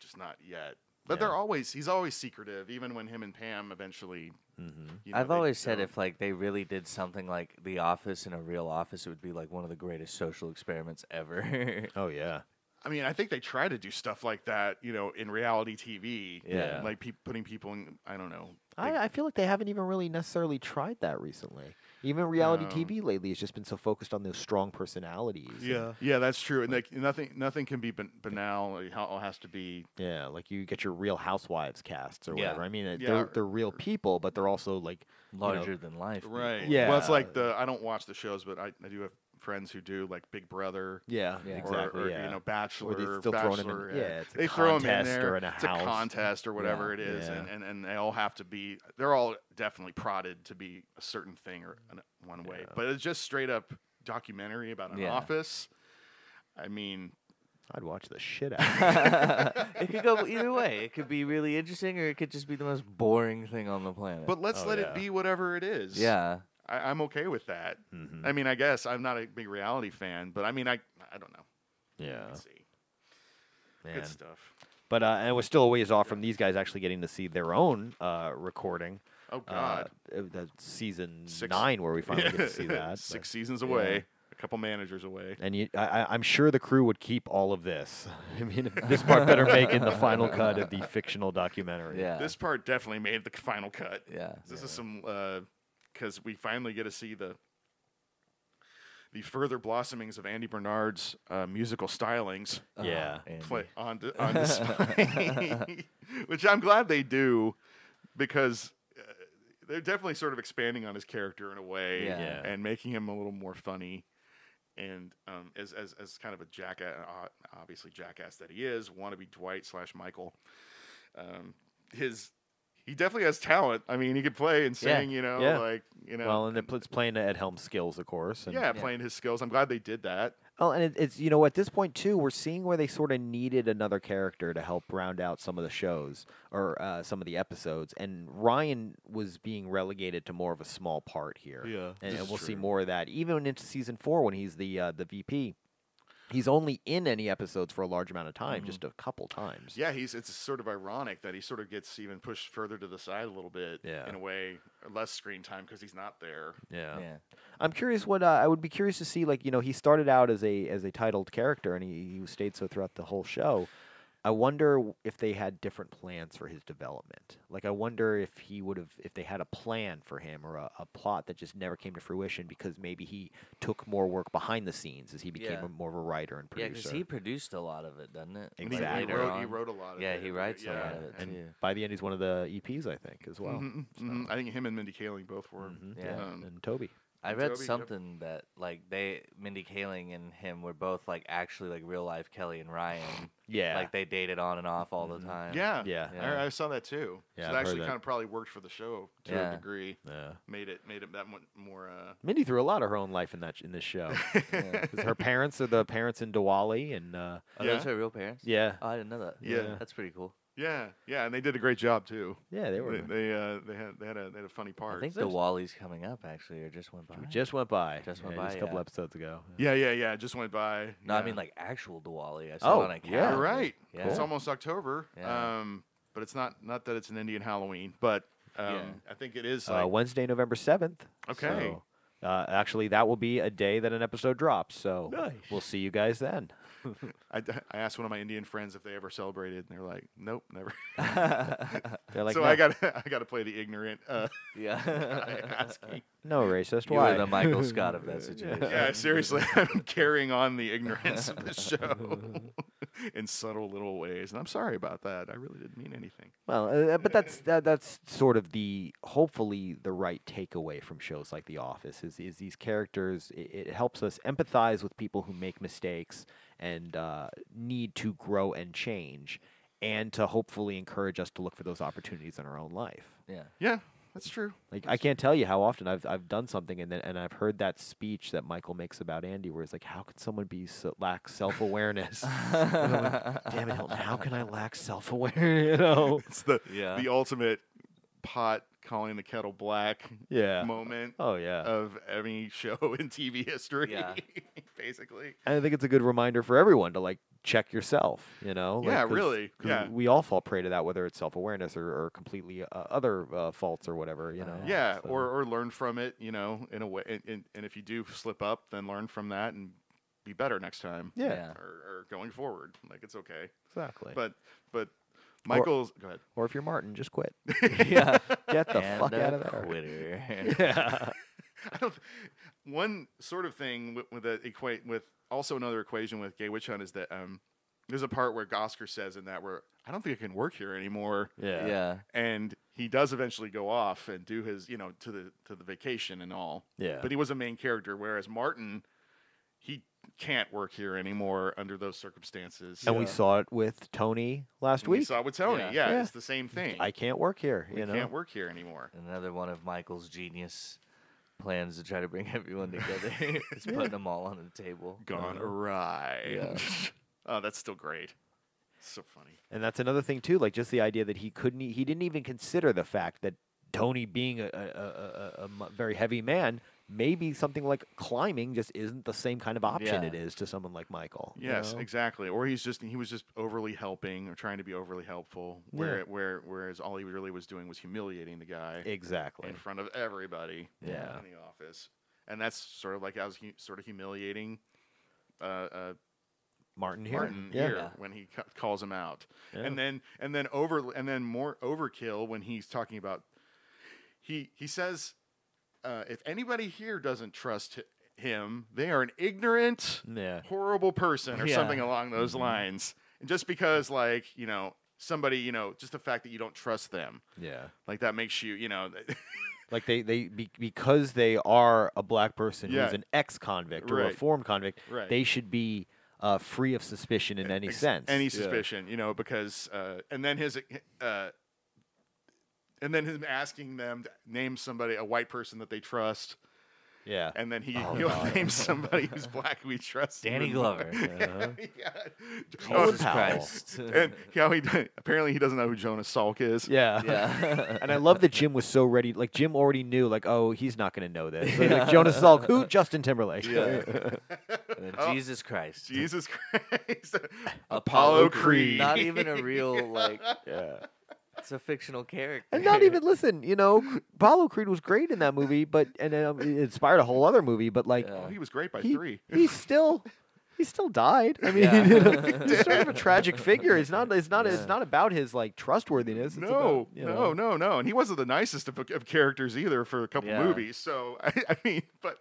Speaker 5: just not yet. But they're always he's always secretive, even when him and Pam eventually. you know,
Speaker 6: I've
Speaker 5: they
Speaker 6: always said
Speaker 5: don't-
Speaker 6: if like they really did something like The Office in a real office, it would be like one of the greatest social experiments ever.
Speaker 4: Oh yeah.
Speaker 5: I mean, I think they try to do stuff like that, you know, in reality TV.
Speaker 4: Yeah.
Speaker 5: Like pe- putting people in. I don't know. they-
Speaker 4: I, I feel like they haven't even really necessarily tried that recently. Even reality
Speaker 5: No.
Speaker 4: TV lately has just been so focused on those strong personalities. and-
Speaker 5: Yeah, that's true. And like nothing, nothing can be ban- banal. It all has to be.
Speaker 4: Yeah, like you get your Real Housewives casts or
Speaker 6: Yeah.
Speaker 4: whatever. I mean, uh,
Speaker 5: Yeah,
Speaker 4: they're
Speaker 5: or-
Speaker 4: they're real people, but they're also like
Speaker 6: Larger than life. people.
Speaker 4: Yeah.
Speaker 5: Well, it's like the I don't watch the shows, but I, I do have friends who do like Big Brother.
Speaker 4: yeah,
Speaker 6: Yeah.
Speaker 5: or-
Speaker 4: exactly,
Speaker 5: Or,
Speaker 4: yeah.
Speaker 5: you know, Bachelor.
Speaker 4: still throw 'em in-
Speaker 5: Bachelor,
Speaker 4: yeah, it's a
Speaker 5: they throw 'em in
Speaker 4: contest
Speaker 5: there.
Speaker 4: or in a
Speaker 5: it's
Speaker 4: house.
Speaker 5: a contest or whatever it is,
Speaker 4: Yeah.
Speaker 5: and, and and they all have to be. They're all definitely prodded to be a certain thing or an, one way. But it's just straight up documentary about an
Speaker 6: Yeah.
Speaker 5: office. I mean,
Speaker 4: I'd watch the shit out. of it.
Speaker 6: it could go either way. It could be really interesting, or it could just be the most boring thing on the planet.
Speaker 5: but let's
Speaker 4: Oh,
Speaker 5: let
Speaker 4: yeah.
Speaker 5: it be whatever it is.
Speaker 6: yeah,
Speaker 5: I, I'm okay with that.
Speaker 4: Mhm.
Speaker 5: I mean, I guess I'm not a big reality fan, but I mean, I I don't know.
Speaker 4: Yeah,
Speaker 5: Let's see.
Speaker 4: man.
Speaker 5: Good stuff.
Speaker 4: But uh, and we're still a ways off from these guys actually getting to see their own uh, recording.
Speaker 5: Oh
Speaker 4: Uh,
Speaker 5: God,
Speaker 4: of the season
Speaker 5: Six-
Speaker 4: nine where we finally get to see that. but-
Speaker 5: Six seasons away, a couple managers away.
Speaker 4: And you, I, I- I'm sure the crew would keep all of this. I mean, this part better make in the final cut of the fictional documentary.
Speaker 6: yeah,
Speaker 5: This part definitely made the final cut.
Speaker 6: yeah.
Speaker 5: This is some because we finally get to see the the further blossomings of Andy Bernard's uh, musical stylings
Speaker 4: Yeah.
Speaker 6: Uh-huh. Andy.
Speaker 5: play on di- on display, which I'm glad they do because uh, they're definitely sort of expanding on his character in a way
Speaker 6: Yeah.
Speaker 4: Yeah.
Speaker 5: and making him a little more funny. And um, as, as as kind of a jackass, obviously jackass that he is, wannabe Dwight slash Michael. Um, his he definitely has talent. I mean, he could play and
Speaker 4: Yeah.
Speaker 5: sing. You know,
Speaker 4: Yeah.
Speaker 5: like you know,
Speaker 4: Well, and it pl- it's playing to Ed Helms' skills, of course. And,
Speaker 5: yeah,
Speaker 6: Yeah.
Speaker 5: playing his skills. I'm glad they did that.
Speaker 4: Oh, and it, it's you know at this point too, we're seeing where they sort of needed another character to help round out some of the shows or uh, some of the episodes, and Ryan was being relegated to more of a small part here.
Speaker 5: Yeah,
Speaker 4: and,
Speaker 5: this
Speaker 4: and
Speaker 5: is
Speaker 4: we'll see
Speaker 5: true.
Speaker 4: more of that even into season four when he's the uh, the VP. He's only in any episodes for a large amount of time, just a couple times.
Speaker 5: Mm-hmm. Yeah, he's it's sort of ironic that he sort of gets even pushed further to the side a little bit.
Speaker 4: Yeah.
Speaker 5: In a way, less screen time because he's not there.
Speaker 4: yeah.
Speaker 6: yeah.
Speaker 4: I'm curious what uh, I would be curious to see. Like you know, he started out as a as a titled character, and he, he stayed so throughout the whole show. I wonder w- if they had different plans for his development. Like I wonder if he would have if they had a plan for him or a, a plot that just never came to fruition because maybe he took more work behind the scenes as he became
Speaker 6: Yeah.
Speaker 4: a, more of a writer and
Speaker 6: Yeah, because
Speaker 4: producer.
Speaker 6: he produced a lot of it, doesn't it? Like,
Speaker 5: And he- He,
Speaker 4: Exactly.
Speaker 6: later
Speaker 5: wrote, he
Speaker 6: on.
Speaker 5: wrote a lot of
Speaker 6: Yeah,
Speaker 5: it.
Speaker 6: he writes
Speaker 5: yeah.
Speaker 6: a lot of it Oh,
Speaker 5: And,
Speaker 6: too.
Speaker 4: By the end, he's one of the EPs, I think, as well.
Speaker 5: Mhm, mhm. I think him and Mindy Kaling both were.
Speaker 4: Mhm.
Speaker 6: Yeah.
Speaker 5: Um,
Speaker 4: and Toby.
Speaker 6: I
Speaker 5: And
Speaker 6: read
Speaker 5: Toby, yep.
Speaker 6: something that like they Mindy Kaling and him were both like actually like real life Kelly and Ryan.
Speaker 4: Yeah. Mm-hmm.
Speaker 6: Like they dated on and off all the time.
Speaker 5: yeah.
Speaker 4: Yeah.
Speaker 6: Yeah.
Speaker 5: I, I saw that too.
Speaker 4: Yeah, I've
Speaker 5: so that
Speaker 4: heard
Speaker 5: actually
Speaker 4: that.
Speaker 5: kind of probably worked for the show to
Speaker 6: Yeah.
Speaker 5: a degree.
Speaker 4: Yeah.
Speaker 5: Made it made it that much more. Uh,
Speaker 4: Mindy threw a lot of her own life in that in this show. 'Cause her parents are the parents in Diwali, and uh,
Speaker 6: Are
Speaker 5: Yeah.
Speaker 6: those her real parents?
Speaker 4: yeah,
Speaker 6: Oh, I didn't know that.
Speaker 5: Yeah.
Speaker 6: That's pretty cool.
Speaker 5: yeah, yeah, and they did a great job too.
Speaker 4: yeah, they were.
Speaker 5: They they, uh, they had they had a they had a funny part.
Speaker 6: I think the
Speaker 4: There's-
Speaker 6: Wally's coming up actually, or just went by.
Speaker 4: We just went by.
Speaker 6: Just went
Speaker 4: yeah,
Speaker 6: by,
Speaker 4: a couple
Speaker 6: yeah.
Speaker 4: episodes ago.
Speaker 5: yeah, yeah, yeah. It just went by.
Speaker 6: no, I
Speaker 5: yeah.
Speaker 6: mean like actual Diwali. I saw
Speaker 4: Oh,
Speaker 6: it on a
Speaker 4: yeah.
Speaker 6: calendar.
Speaker 5: You're right.
Speaker 6: Yeah.
Speaker 5: It's almost October.
Speaker 6: Yeah.
Speaker 5: Um, but it's not not that it's an Indian Halloween, but um,
Speaker 6: Yeah.
Speaker 5: I think it is. Like,
Speaker 4: Uh, Wednesday, November seventh.
Speaker 5: Okay.
Speaker 4: So, uh, actually, that will be a day that an episode drops. So
Speaker 5: Nice.
Speaker 4: we'll see you guys then.
Speaker 5: I, d- I asked one of my Indian friends if they ever celebrated, and they're like, "Nope, never."
Speaker 4: They're like,
Speaker 5: so
Speaker 4: no,
Speaker 5: I got I got to play the ignorant. Uh,
Speaker 6: Yeah.
Speaker 5: asking.
Speaker 4: no racist.
Speaker 6: you
Speaker 4: Why?
Speaker 6: were the Michael Scott of that situation.
Speaker 5: Yeah, seriously, I'm carrying on the ignorance of the show. in subtle little ways. And I'm sorry about that. I really didn't mean anything.
Speaker 4: Well, uh, but that's that, that's sort of the hopefully the right takeaway from shows like The Office is is these characters. It, it helps us empathize with people who make mistakes and uh, need to grow and change, and to hopefully encourage us to look for those opportunities in our own life.
Speaker 6: Yeah.
Speaker 5: Yeah, that's true.
Speaker 4: Like I can't tell you how often I've I've done something and then and I've heard that speech that Michael makes about Andy, where it's like, how could someone be so, lack self awareness? Damn it, Hilton, how can I lack self awareness? You know?
Speaker 5: It's the
Speaker 6: Yeah.
Speaker 5: the ultimate pot calling the kettle black
Speaker 4: Yeah.
Speaker 5: moment
Speaker 4: Oh yeah.
Speaker 5: of any show in TV history.
Speaker 6: Yeah.
Speaker 5: basically.
Speaker 4: And I think it's a good reminder for everyone to like check yourself, you know? Like,
Speaker 5: Yeah,
Speaker 4: 'cause-
Speaker 5: really,
Speaker 4: 'cause
Speaker 5: yeah.
Speaker 4: We all fall prey to that, whether it's self awareness or, or completely uh, other uh, faults or whatever, you know?
Speaker 5: Yeah,
Speaker 4: so-
Speaker 5: or or learn from it, you know, in a way. And, and, and if you do slip up, then learn from that and be better next time.
Speaker 4: Yeah,
Speaker 6: Yeah.
Speaker 5: Or, or going forward, like it's okay.
Speaker 4: exactly.
Speaker 5: But but Michael's go ahead.
Speaker 4: or if you're Martin, just quit.
Speaker 6: yeah.
Speaker 4: Get the
Speaker 6: and
Speaker 4: fuck
Speaker 6: a
Speaker 4: out of there.
Speaker 6: Quitter.
Speaker 4: Yeah.
Speaker 5: I don't, one sort of thing with, with that equate with also another equation with Gay Witch Hunt is that um, there's a part where Gosker says in that where I don't think I can work here anymore,
Speaker 4: Yeah.
Speaker 6: yeah.
Speaker 5: and he does eventually go off and do his you know to the to the vacation and all.
Speaker 4: Yeah.
Speaker 5: But he was a main character, whereas Martin, he can't work here anymore under those circumstances.
Speaker 4: And we
Speaker 6: Yeah.
Speaker 4: saw it with Tony last
Speaker 5: And we
Speaker 4: week.
Speaker 5: saw it with Tony.
Speaker 6: Yeah.
Speaker 5: Yeah,
Speaker 4: Yeah.
Speaker 5: it's the same thing.
Speaker 4: I can't work here,
Speaker 5: we
Speaker 4: you know?
Speaker 5: can't work here anymore.
Speaker 6: Another one of Michael's genius plans to try to bring everyone together is putting them all on the table.
Speaker 5: Gone awry.
Speaker 6: Yeah.
Speaker 5: Uh-huh. oh, that's still great. So funny.
Speaker 4: And that's another thing too, like just the idea that he couldn't, e- he didn't even consider the fact that Tony, being a, a, a, a- a mu- very heavy man, maybe something like climbing just isn't the same kind of option
Speaker 6: Yeah.
Speaker 4: it is to someone like Michael. you
Speaker 5: Yes,
Speaker 4: know?
Speaker 5: exactly. Or he's just he was just overly helping or trying to be overly helpful. Where where whereas all he really was doing was humiliating the guy
Speaker 4: exactly.
Speaker 5: in front of everybody.
Speaker 4: Yeah.
Speaker 5: in the office, and that's sort of like I was hu- sort of humiliating. Uh, uh,
Speaker 4: Martin here.
Speaker 5: Martin
Speaker 4: yeah.
Speaker 5: here
Speaker 6: Yeah.
Speaker 5: when he ca- calls him out,
Speaker 4: Yeah.
Speaker 5: and then and then over and then more overkill when he's talking about he he says uh, if anybody here doesn't trust hi- him, they are an ignorant
Speaker 4: yeah.
Speaker 5: horrible person or
Speaker 6: Yeah.
Speaker 5: something along those
Speaker 4: Mm-hmm.
Speaker 5: lines. And just because like, you know, somebody, you know, just the fact that you don't trust them,
Speaker 4: Yeah.
Speaker 5: like that makes you, you know,
Speaker 4: Like they, they be, because they are a black person
Speaker 5: Yeah.
Speaker 4: who's an ex-convict or a
Speaker 5: Right.
Speaker 4: reformed convict,
Speaker 5: Right. E,
Speaker 4: they should be uh, free of suspicion in any
Speaker 5: ex-
Speaker 4: sense.
Speaker 5: any suspicion, you know, because uh and then his uh and then him asking them to name somebody, a white person that they trust,
Speaker 4: yeah.
Speaker 5: and then he
Speaker 4: Oh,
Speaker 5: he'll
Speaker 4: God.
Speaker 5: name somebody who's black we trust.
Speaker 6: Danny
Speaker 5: even more.
Speaker 6: Glover.
Speaker 4: Uh-huh.
Speaker 5: yeah.
Speaker 4: Colin
Speaker 6: Jesus
Speaker 5: Oh,
Speaker 4: Powell.
Speaker 6: Christ.
Speaker 5: and how he apparently he doesn't know who Jonas Salk is.
Speaker 4: Yeah.
Speaker 6: yeah.
Speaker 4: And I love that Jim was so ready. Like Jim already knew, like, oh, he's not going to know this. So,
Speaker 6: Yeah.
Speaker 4: Like Jonas Salk, who? Justin Timberlake.
Speaker 6: Yeah. And then
Speaker 5: Oh,
Speaker 6: Jesus Christ.
Speaker 5: Jesus Christ.
Speaker 6: Apollo
Speaker 4: Oh,
Speaker 5: Apollo
Speaker 6: Creed.
Speaker 5: Creed.
Speaker 6: Not even a real, like,
Speaker 4: Yeah.
Speaker 6: it's a fictional character.
Speaker 4: And not even listen, you know, Apollo Creed was great in that movie, but and um, it inspired a whole other movie. But like,
Speaker 6: Yeah.
Speaker 5: Oh, he was great by
Speaker 4: he,
Speaker 5: three.
Speaker 4: he still. He still died. I mean,
Speaker 6: Yeah.
Speaker 4: you know, he's sort of a tragic figure. It's not. It's not.
Speaker 6: Yeah.
Speaker 4: It's not about his like trustworthiness. It's
Speaker 5: No,
Speaker 4: about, you
Speaker 5: no,
Speaker 4: know.
Speaker 5: no, no. And he wasn't the nicest of, of characters either for a couple
Speaker 6: Yeah.
Speaker 5: movies. So I, I mean, but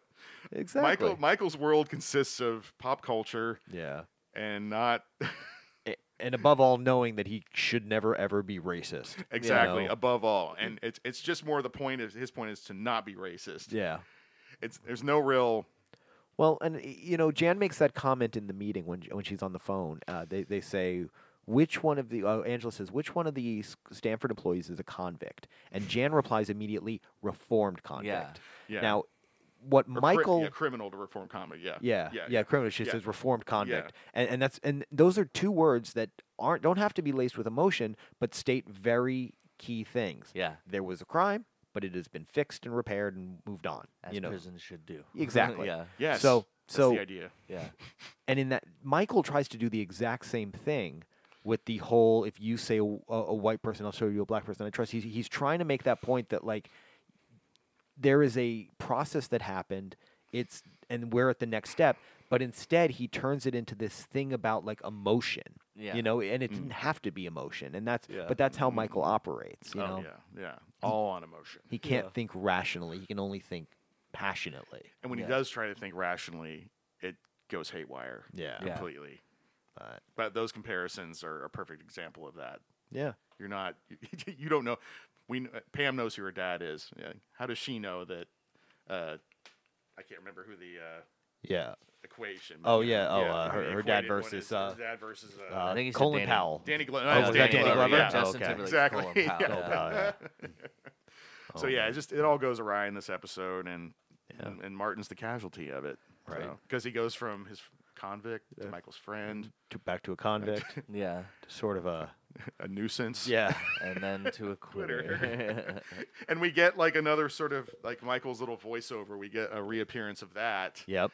Speaker 4: Exactly.
Speaker 5: Michael Michael's world consists of pop culture
Speaker 4: Yeah.
Speaker 5: and not
Speaker 4: A- And above all, knowing that he should never ever be racist. you
Speaker 5: exactly
Speaker 4: know?
Speaker 5: above all. And it's it's just more the point is his point is to not be racist.
Speaker 4: Yeah.
Speaker 5: It's there's no real
Speaker 4: Well, and y- you know, Jan makes that comment in the meeting when when she's on the phone. Uh, they they say which one of the uh, Angela says which one of the S- Stanford employees is a convict, and Jan replies immediately, "Reformed convict."
Speaker 5: yeah.
Speaker 4: Now, what
Speaker 5: or cri-
Speaker 4: Michael?
Speaker 5: yeah, criminal to reform comedy. Yeah.
Speaker 4: Yeah, yeah,
Speaker 5: Yeah.
Speaker 4: criminal. She
Speaker 5: yeah.
Speaker 4: says reformed convict, and, and that's and those are two words that aren't don't have to be laced with emotion, but state very key things.
Speaker 6: Yeah.
Speaker 4: There was a crime, but it has been fixed and repaired and moved on.
Speaker 6: As
Speaker 4: you know
Speaker 6: prisons should do.
Speaker 4: Exactly.
Speaker 6: yeah.
Speaker 5: Yes.
Speaker 4: So
Speaker 5: that's
Speaker 4: so
Speaker 5: the idea.
Speaker 6: Yeah.
Speaker 4: and in that michael tries to do the exact same thing with the whole if you say a, w- a- a white person i'll show you a black person i trust he's, he's trying to make that point that like there is a process that happened it's and we're at the next step but instead he turns it into this thing about like emotion
Speaker 6: Yeah. Mm.
Speaker 4: you know and it didn't have to be emotion and that's
Speaker 6: Yeah.
Speaker 4: but that's how michael operates you
Speaker 5: oh
Speaker 4: know
Speaker 5: yeah, yeah. All on emotion.
Speaker 4: he can't
Speaker 6: Yeah.
Speaker 4: think rationally he can only think passionately
Speaker 5: And when
Speaker 6: Yeah.
Speaker 5: he does try to think rationally, it goes haywire
Speaker 4: yeah
Speaker 6: Yeah.
Speaker 5: completely.
Speaker 4: But
Speaker 5: But those comparisons are a perfect example of that.
Speaker 4: yeah,
Speaker 5: You're not. You don't know. We kn- Pam knows who her dad is. Yeah. How does she know that? Uh, I can't remember who the uh,
Speaker 4: yeah.
Speaker 5: equation.
Speaker 4: Oh, yeah. Oh, uh,
Speaker 5: the
Speaker 4: her- her dad
Speaker 5: equated one
Speaker 4: versus,
Speaker 5: is-
Speaker 4: uh,
Speaker 5: her dad versus uh,
Speaker 4: Uh,
Speaker 6: think he said
Speaker 4: Colin
Speaker 6: Danny-
Speaker 4: Powell.
Speaker 5: Danny Glover.
Speaker 4: Oh, was that Danny Glover?
Speaker 6: Yeah,
Speaker 4: Oh,
Speaker 6: Justin
Speaker 4: okay.
Speaker 6: Timberlake's
Speaker 5: Exactly.
Speaker 6: Colin Powell,
Speaker 5: Yeah.
Speaker 4: Oh,
Speaker 6: yeah.
Speaker 4: wow, yeah.
Speaker 5: So yeah, it just it all goes awry in this episode, and and, and Martin's the casualty of it,
Speaker 4: Right.
Speaker 5: Because he goes from his convict to Michael's friend,
Speaker 4: To- back to a convict,
Speaker 6: Yeah,
Speaker 4: to sort of a
Speaker 5: a nuisance.
Speaker 4: yeah.
Speaker 6: and then to a quitter.
Speaker 5: and we get like another sort of like Michael's little voiceover. We get a reappearance of that
Speaker 4: Yep.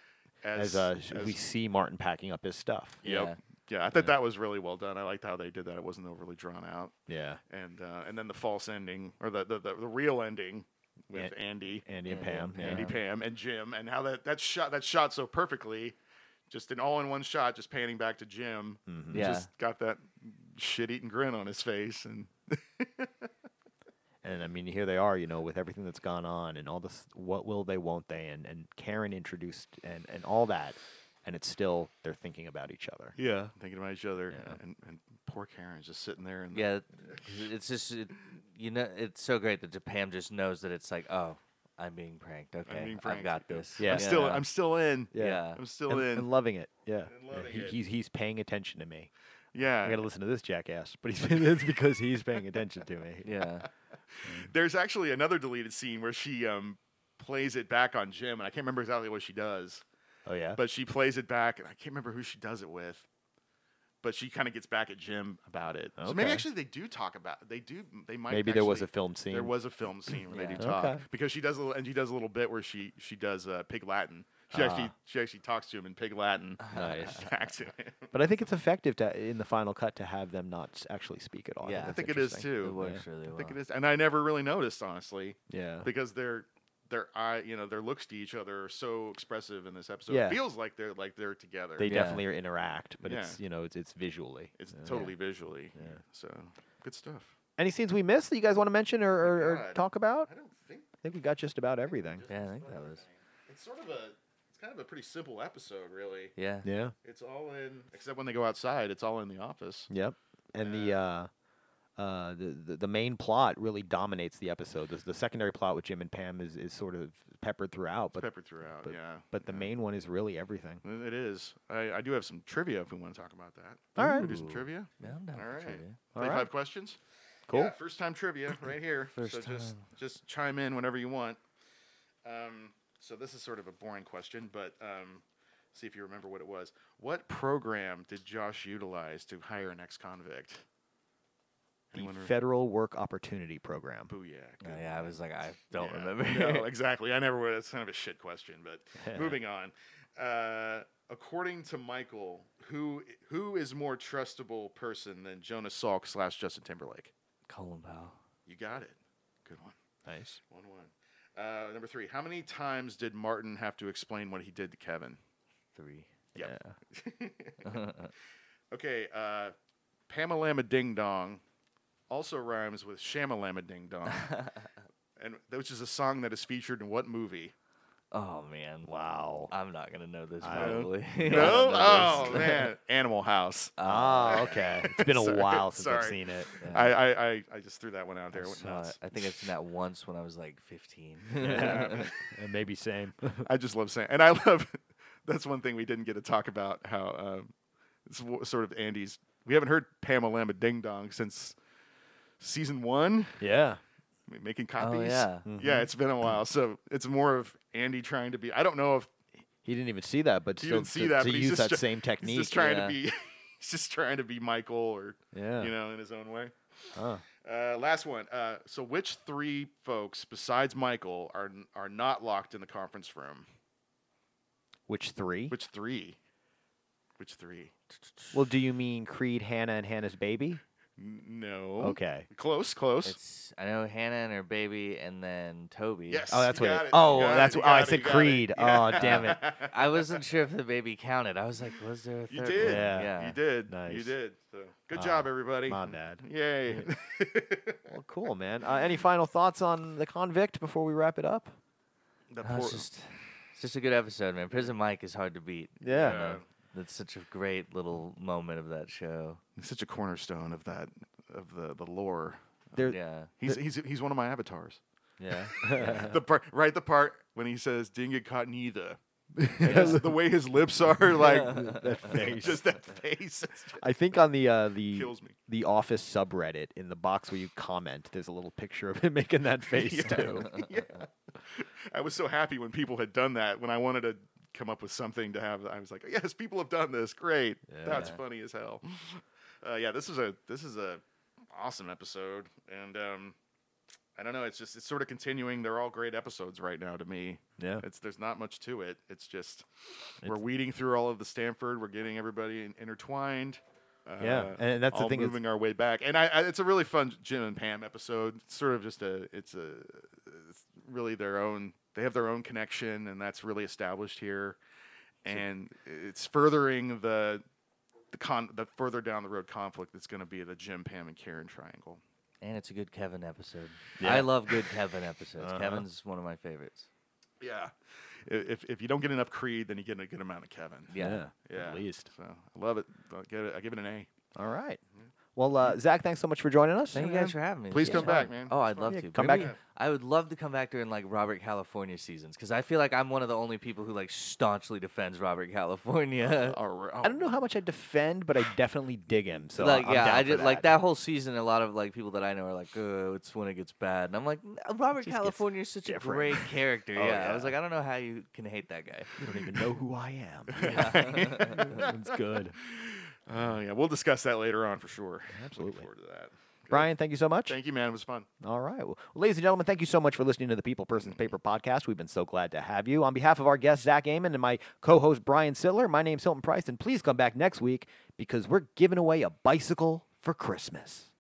Speaker 4: As,
Speaker 5: as,
Speaker 4: uh, sh-
Speaker 5: as-
Speaker 4: we see Martin packing up his stuff.
Speaker 5: yep.
Speaker 6: Yeah.
Speaker 5: Yeah, I thought that was really well done. I liked how they did that. It wasn't overly drawn out,
Speaker 4: Yeah.
Speaker 5: and uh, and then the false ending or the the, the, the real ending with
Speaker 4: Yeah.
Speaker 5: Andy.
Speaker 4: Andy and
Speaker 6: Yeah, yeah,
Speaker 4: Pam. Yeah.
Speaker 5: Andy, Pam, and Jim, and how that that shot that shot so perfectly, just an all in one shot, just panning back to Jim.
Speaker 4: Mhm.
Speaker 5: who
Speaker 6: Yeah.
Speaker 5: just got that shit eating grin on his face, and
Speaker 4: And I mean, here they are, you know, with everything that's gone on and all this, what will they, won't they, and, and Karen introduced and, and all that. And it's still, they're thinking about each other.
Speaker 5: yeah, thinking about each other,
Speaker 4: Yeah.
Speaker 5: and, and poor Karen's just sitting there, and
Speaker 6: yeah, 'cause it's just it, you know it's so great that Pam just knows that it's like oh I'm being pranked. Okay, i
Speaker 5: being pranked,
Speaker 6: have got
Speaker 5: yeah.
Speaker 6: this.
Speaker 4: Yeah.
Speaker 5: I'm still
Speaker 6: Yeah.
Speaker 5: I'm still in,
Speaker 4: Yeah.
Speaker 6: Yeah.
Speaker 5: I'm still
Speaker 4: and,
Speaker 5: in,
Speaker 4: and loving it. Yeah.
Speaker 5: And loving
Speaker 4: he,
Speaker 5: it.
Speaker 4: He's, he's paying attention to me. I
Speaker 5: yeah.
Speaker 4: got to listen to this jackass, but he's, it's because he's paying attention to me.
Speaker 6: yeah.
Speaker 5: There's actually another deleted scene where she um plays it back on Jim, and I can't remember exactly what she does,
Speaker 4: Oh, yeah.
Speaker 5: but she plays it back, and I can't remember who she does it with. But she kind of gets back at Jim about it. So maybe
Speaker 4: Okay.
Speaker 5: actually they do talk about they do they might
Speaker 4: Maybe there was
Speaker 5: actually-
Speaker 4: a film scene.
Speaker 5: There was a film scene where they
Speaker 6: Yeah.
Speaker 5: do talk
Speaker 4: Okay.
Speaker 5: because she does a little, and she does a little bit where she she does uh, pig Latin. She actually she actually talks to him in pig Latin.
Speaker 4: Ah. Nice.
Speaker 5: Back to him.
Speaker 4: But I think it's effective to, in the final cut to have them not s- actually speak at all.
Speaker 6: Yeah. I
Speaker 5: I
Speaker 4: that's
Speaker 5: think it is
Speaker 4: interesting.
Speaker 5: too.
Speaker 6: It works really
Speaker 5: I
Speaker 6: well.
Speaker 5: think it is, and I never really noticed honestly
Speaker 4: Yeah.
Speaker 5: because their their eye you know their looks to each other are so expressive in this episode.
Speaker 4: Yeah.
Speaker 5: It feels like they're like they're together.
Speaker 4: They
Speaker 6: Yeah.
Speaker 4: definitely interact, but
Speaker 5: Yeah.
Speaker 4: it's, you know, it's, it's visually.
Speaker 5: it's
Speaker 4: Yeah.
Speaker 5: totally visually.
Speaker 4: Yeah.
Speaker 5: So good stuff.
Speaker 4: Any scenes we missed that you guys want to mention or, or, or
Speaker 5: God.
Speaker 4: talk about?
Speaker 5: I don't think
Speaker 4: I think we got just about everything.
Speaker 6: Yeah, I think that was.
Speaker 5: it's sort of a it's kind of a pretty simple episode really.
Speaker 6: Yeah.
Speaker 4: Yeah.
Speaker 5: It's all in except when they go outside. It's all in the office.
Speaker 4: Yep. And the uh, uh, the, the the main plot really dominates the episode. The, the secondary plot with Jim and Pam is, is sort of peppered throughout, but
Speaker 5: peppered throughout.
Speaker 4: but-
Speaker 5: yeah,
Speaker 4: but the main one is really everything.
Speaker 5: it is. I, I do have some trivia if we want to talk about that.
Speaker 4: All right.
Speaker 5: do some trivia.
Speaker 6: Yeah, I'm down
Speaker 5: All
Speaker 6: for
Speaker 5: right.
Speaker 6: trivia.
Speaker 4: All
Speaker 5: Thirty-five
Speaker 4: right.
Speaker 5: questions.
Speaker 4: Cool.
Speaker 5: Yeah, first time trivia right here.
Speaker 6: First
Speaker 5: so just just chime in whenever you want. Um, so this is sort of a boring question, but um, see if you remember what it was. What program did Josh utilize to hire an ex-convict? Anyone
Speaker 4: The
Speaker 5: re-
Speaker 4: Federal Work Opportunity Program.
Speaker 5: Booyah.
Speaker 6: Oh,
Speaker 5: good
Speaker 6: yeah, I was like, I don't
Speaker 5: Yeah.
Speaker 6: remember.
Speaker 5: no, exactly. I never would. That's kind of a shit question, but moving on. Uh, according to Michael, who who is more trustable person than Jonas Salk slash Justin Timberlake?
Speaker 6: Colin Powell.
Speaker 5: You got it. Good one.
Speaker 4: Nice.
Speaker 5: One one. Uh, number three. How many times did Martin have to explain what he did to Kevin?
Speaker 6: Three.
Speaker 5: Yep. Okay. Uh, Pamalama Ding Dong also rhymes with Shamalama Ding Dong, and which is a song that is featured in what movie?
Speaker 6: oh man.
Speaker 4: Wow.
Speaker 6: I'm not gonna know this
Speaker 4: I
Speaker 5: don't-
Speaker 6: probably.
Speaker 5: No. Oh man, Animal House.
Speaker 6: Uh-huh.
Speaker 4: Ah, okay. It's been a
Speaker 5: Sorry,
Speaker 4: while since I've
Speaker 5: sorry.
Speaker 4: seen it.
Speaker 5: I, I, I, I just threw that one out
Speaker 6: I,
Speaker 5: there. Went
Speaker 6: saw
Speaker 5: nuts.
Speaker 6: it. I think I've seen that once when I was like 15.
Speaker 4: And maybe same.
Speaker 5: I just love saying, and I love. That's one thing we didn't get to talk about. How um, it's w- sort of Andy's. We haven't heard Pamela Lama Ding Dong since season one.
Speaker 4: yeah.
Speaker 5: I mean, making
Speaker 6: oh
Speaker 5: copies.
Speaker 6: yeah.
Speaker 5: Yeah, it's been a while. So it's more of Andy trying to be. I don't know if
Speaker 4: He didn't even see that, but
Speaker 5: He
Speaker 4: still
Speaker 5: didn't see
Speaker 4: to,
Speaker 5: that,
Speaker 4: to
Speaker 5: but he's
Speaker 4: use
Speaker 5: just
Speaker 4: that
Speaker 5: tr-
Speaker 4: same
Speaker 5: he's
Speaker 4: technique.
Speaker 5: just trying
Speaker 6: yeah.
Speaker 5: to be. he's just trying to be Michael, or
Speaker 4: yeah.
Speaker 5: you know, in his own way.
Speaker 4: Huh.
Speaker 5: Uh, last one. Uh, so which three folks besides Michael are are not locked in the conference room?
Speaker 4: Which three?
Speaker 5: Which three? Which three?
Speaker 4: Well, do you mean Creed, Hannah, and Hannah's baby?
Speaker 5: N- No.
Speaker 4: Okay.
Speaker 5: Close, close.
Speaker 6: It's I know Hannah and her baby, and then Toby.
Speaker 5: yes.
Speaker 4: Oh, that's
Speaker 5: you
Speaker 4: what.
Speaker 5: got
Speaker 4: It,
Speaker 5: it,
Speaker 4: oh,
Speaker 5: you got
Speaker 4: that's
Speaker 5: it,
Speaker 4: what.
Speaker 5: you
Speaker 4: Oh, I
Speaker 5: got it,
Speaker 4: said
Speaker 5: you got it.
Speaker 4: Creed.
Speaker 5: Yeah.
Speaker 4: Oh, damn it.
Speaker 6: I wasn't sure if the baby counted. I was like, was there a third
Speaker 5: You did.
Speaker 6: one?
Speaker 4: Yeah.
Speaker 5: You did. You
Speaker 4: Nice.
Speaker 5: did. So, good
Speaker 4: Ah,
Speaker 5: job, everybody.
Speaker 4: My bad.
Speaker 5: Yay.
Speaker 4: Well, cool, man. Uh, any final thoughts on the convict before we wrap it up?
Speaker 5: the
Speaker 6: No,
Speaker 5: poor-
Speaker 6: it's just, it's just a good episode, man. Prison Mike is hard to beat.
Speaker 4: Yeah.
Speaker 5: uh,
Speaker 6: That's such a great little moment of that show.
Speaker 5: He's such a cornerstone of that of the the lore.
Speaker 4: There,
Speaker 6: Yeah.
Speaker 5: He's he's he's one of my avatars.
Speaker 6: Yeah.
Speaker 5: the part, right the part when he says "didn't get caught neither." Just the way his lips are, like
Speaker 4: that face.
Speaker 5: just that face, it's just-
Speaker 4: I think on the uh, the
Speaker 5: Kills me.
Speaker 4: the office subreddit in the box where you comment, there's a little picture of him making that face too.
Speaker 5: yeah. I was so happy when people had done that. When I wanted to come up with something to have, I was like, "Yes, people have done this. Great. That's
Speaker 6: Yeah.
Speaker 5: funny as hell." Uh, yeah, this is a this is a awesome episode, and um, I don't know. It's just it's sort of continuing. They're all great episodes right now to me.
Speaker 6: Yeah.
Speaker 5: It's there's not much to it. It's just we're weeding through all of the Stanford. We're getting everybody in- intertwined. Uh,
Speaker 4: Yeah, and that's the
Speaker 5: all
Speaker 4: thing is-
Speaker 5: Moving our way back, and I, I, it's a really fun Jim and Pam episode. It's sort of just a, it's a, it's really their own. They have their own connection, and that's really established here, and it's furthering the, the con, the further down the road conflict that's going to be the Jim, Pam, and Karen triangle.
Speaker 6: And it's a good Kevin episode. I love good Kevin episodes.
Speaker 5: Uh-huh.
Speaker 6: Kevin's one of my favorites.
Speaker 5: Yeah, if if you don't get enough Creed, then you get a good amount of Kevin.
Speaker 6: Yeah.
Speaker 5: yeah.
Speaker 4: at least.
Speaker 5: So I love it. I give it, I give it an A.
Speaker 4: All right. Well, uh, Zach, thanks so much for joining us.
Speaker 6: Thank you guys for having me.
Speaker 5: Please
Speaker 6: This was
Speaker 5: come back,
Speaker 6: fun.
Speaker 5: man.
Speaker 6: Oh,
Speaker 5: It's
Speaker 6: I'd
Speaker 5: fun.
Speaker 6: love
Speaker 4: Yeah,
Speaker 6: to.
Speaker 4: come
Speaker 6: Maybe
Speaker 4: back.
Speaker 6: I would love to come back during like Robert California seasons because I feel like I'm one of the only people who like staunchly defends Robert California.
Speaker 5: All right.
Speaker 4: I don't know how much I defend, but I definitely dig him. So
Speaker 6: like
Speaker 4: I'm
Speaker 6: yeah,
Speaker 4: down
Speaker 6: I
Speaker 4: for
Speaker 6: just like that whole season. A lot of like people that I know are like, "Oh, it's when it gets bad," and I'm like, "N- uh, Robert
Speaker 4: just gets
Speaker 6: California is such a
Speaker 4: different."
Speaker 6: great character.
Speaker 5: Oh,
Speaker 6: yeah. I was
Speaker 5: yeah.
Speaker 6: like, I don't know how you can hate that guy.
Speaker 4: I don't even know who I am. It's good.
Speaker 5: Oh yeah, we'll discuss that later on for sure.
Speaker 4: Absolutely.
Speaker 5: Looking forward to that.
Speaker 4: Brian, thank you so much.
Speaker 5: Thank you, man. It was fun.
Speaker 4: All right. Well, ladies and gentlemen, thank you so much for listening to the People Persons Paper podcast. We've been so glad to have you. On behalf of our guest, Zach Amon, and my co host, Brian Sittler, my name's Hilton Price, and please come back next week because we're giving away a bicycle for Christmas.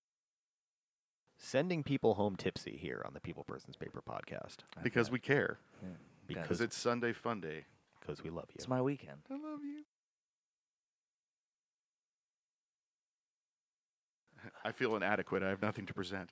Speaker 4: Sending people home tipsy here on the People Persons Paper podcast
Speaker 5: Because we care.
Speaker 4: because
Speaker 5: Because it's Sunday fun day.
Speaker 4: because we love you.
Speaker 6: It's my weekend.
Speaker 5: I love you. I feel inadequate. I have nothing to present.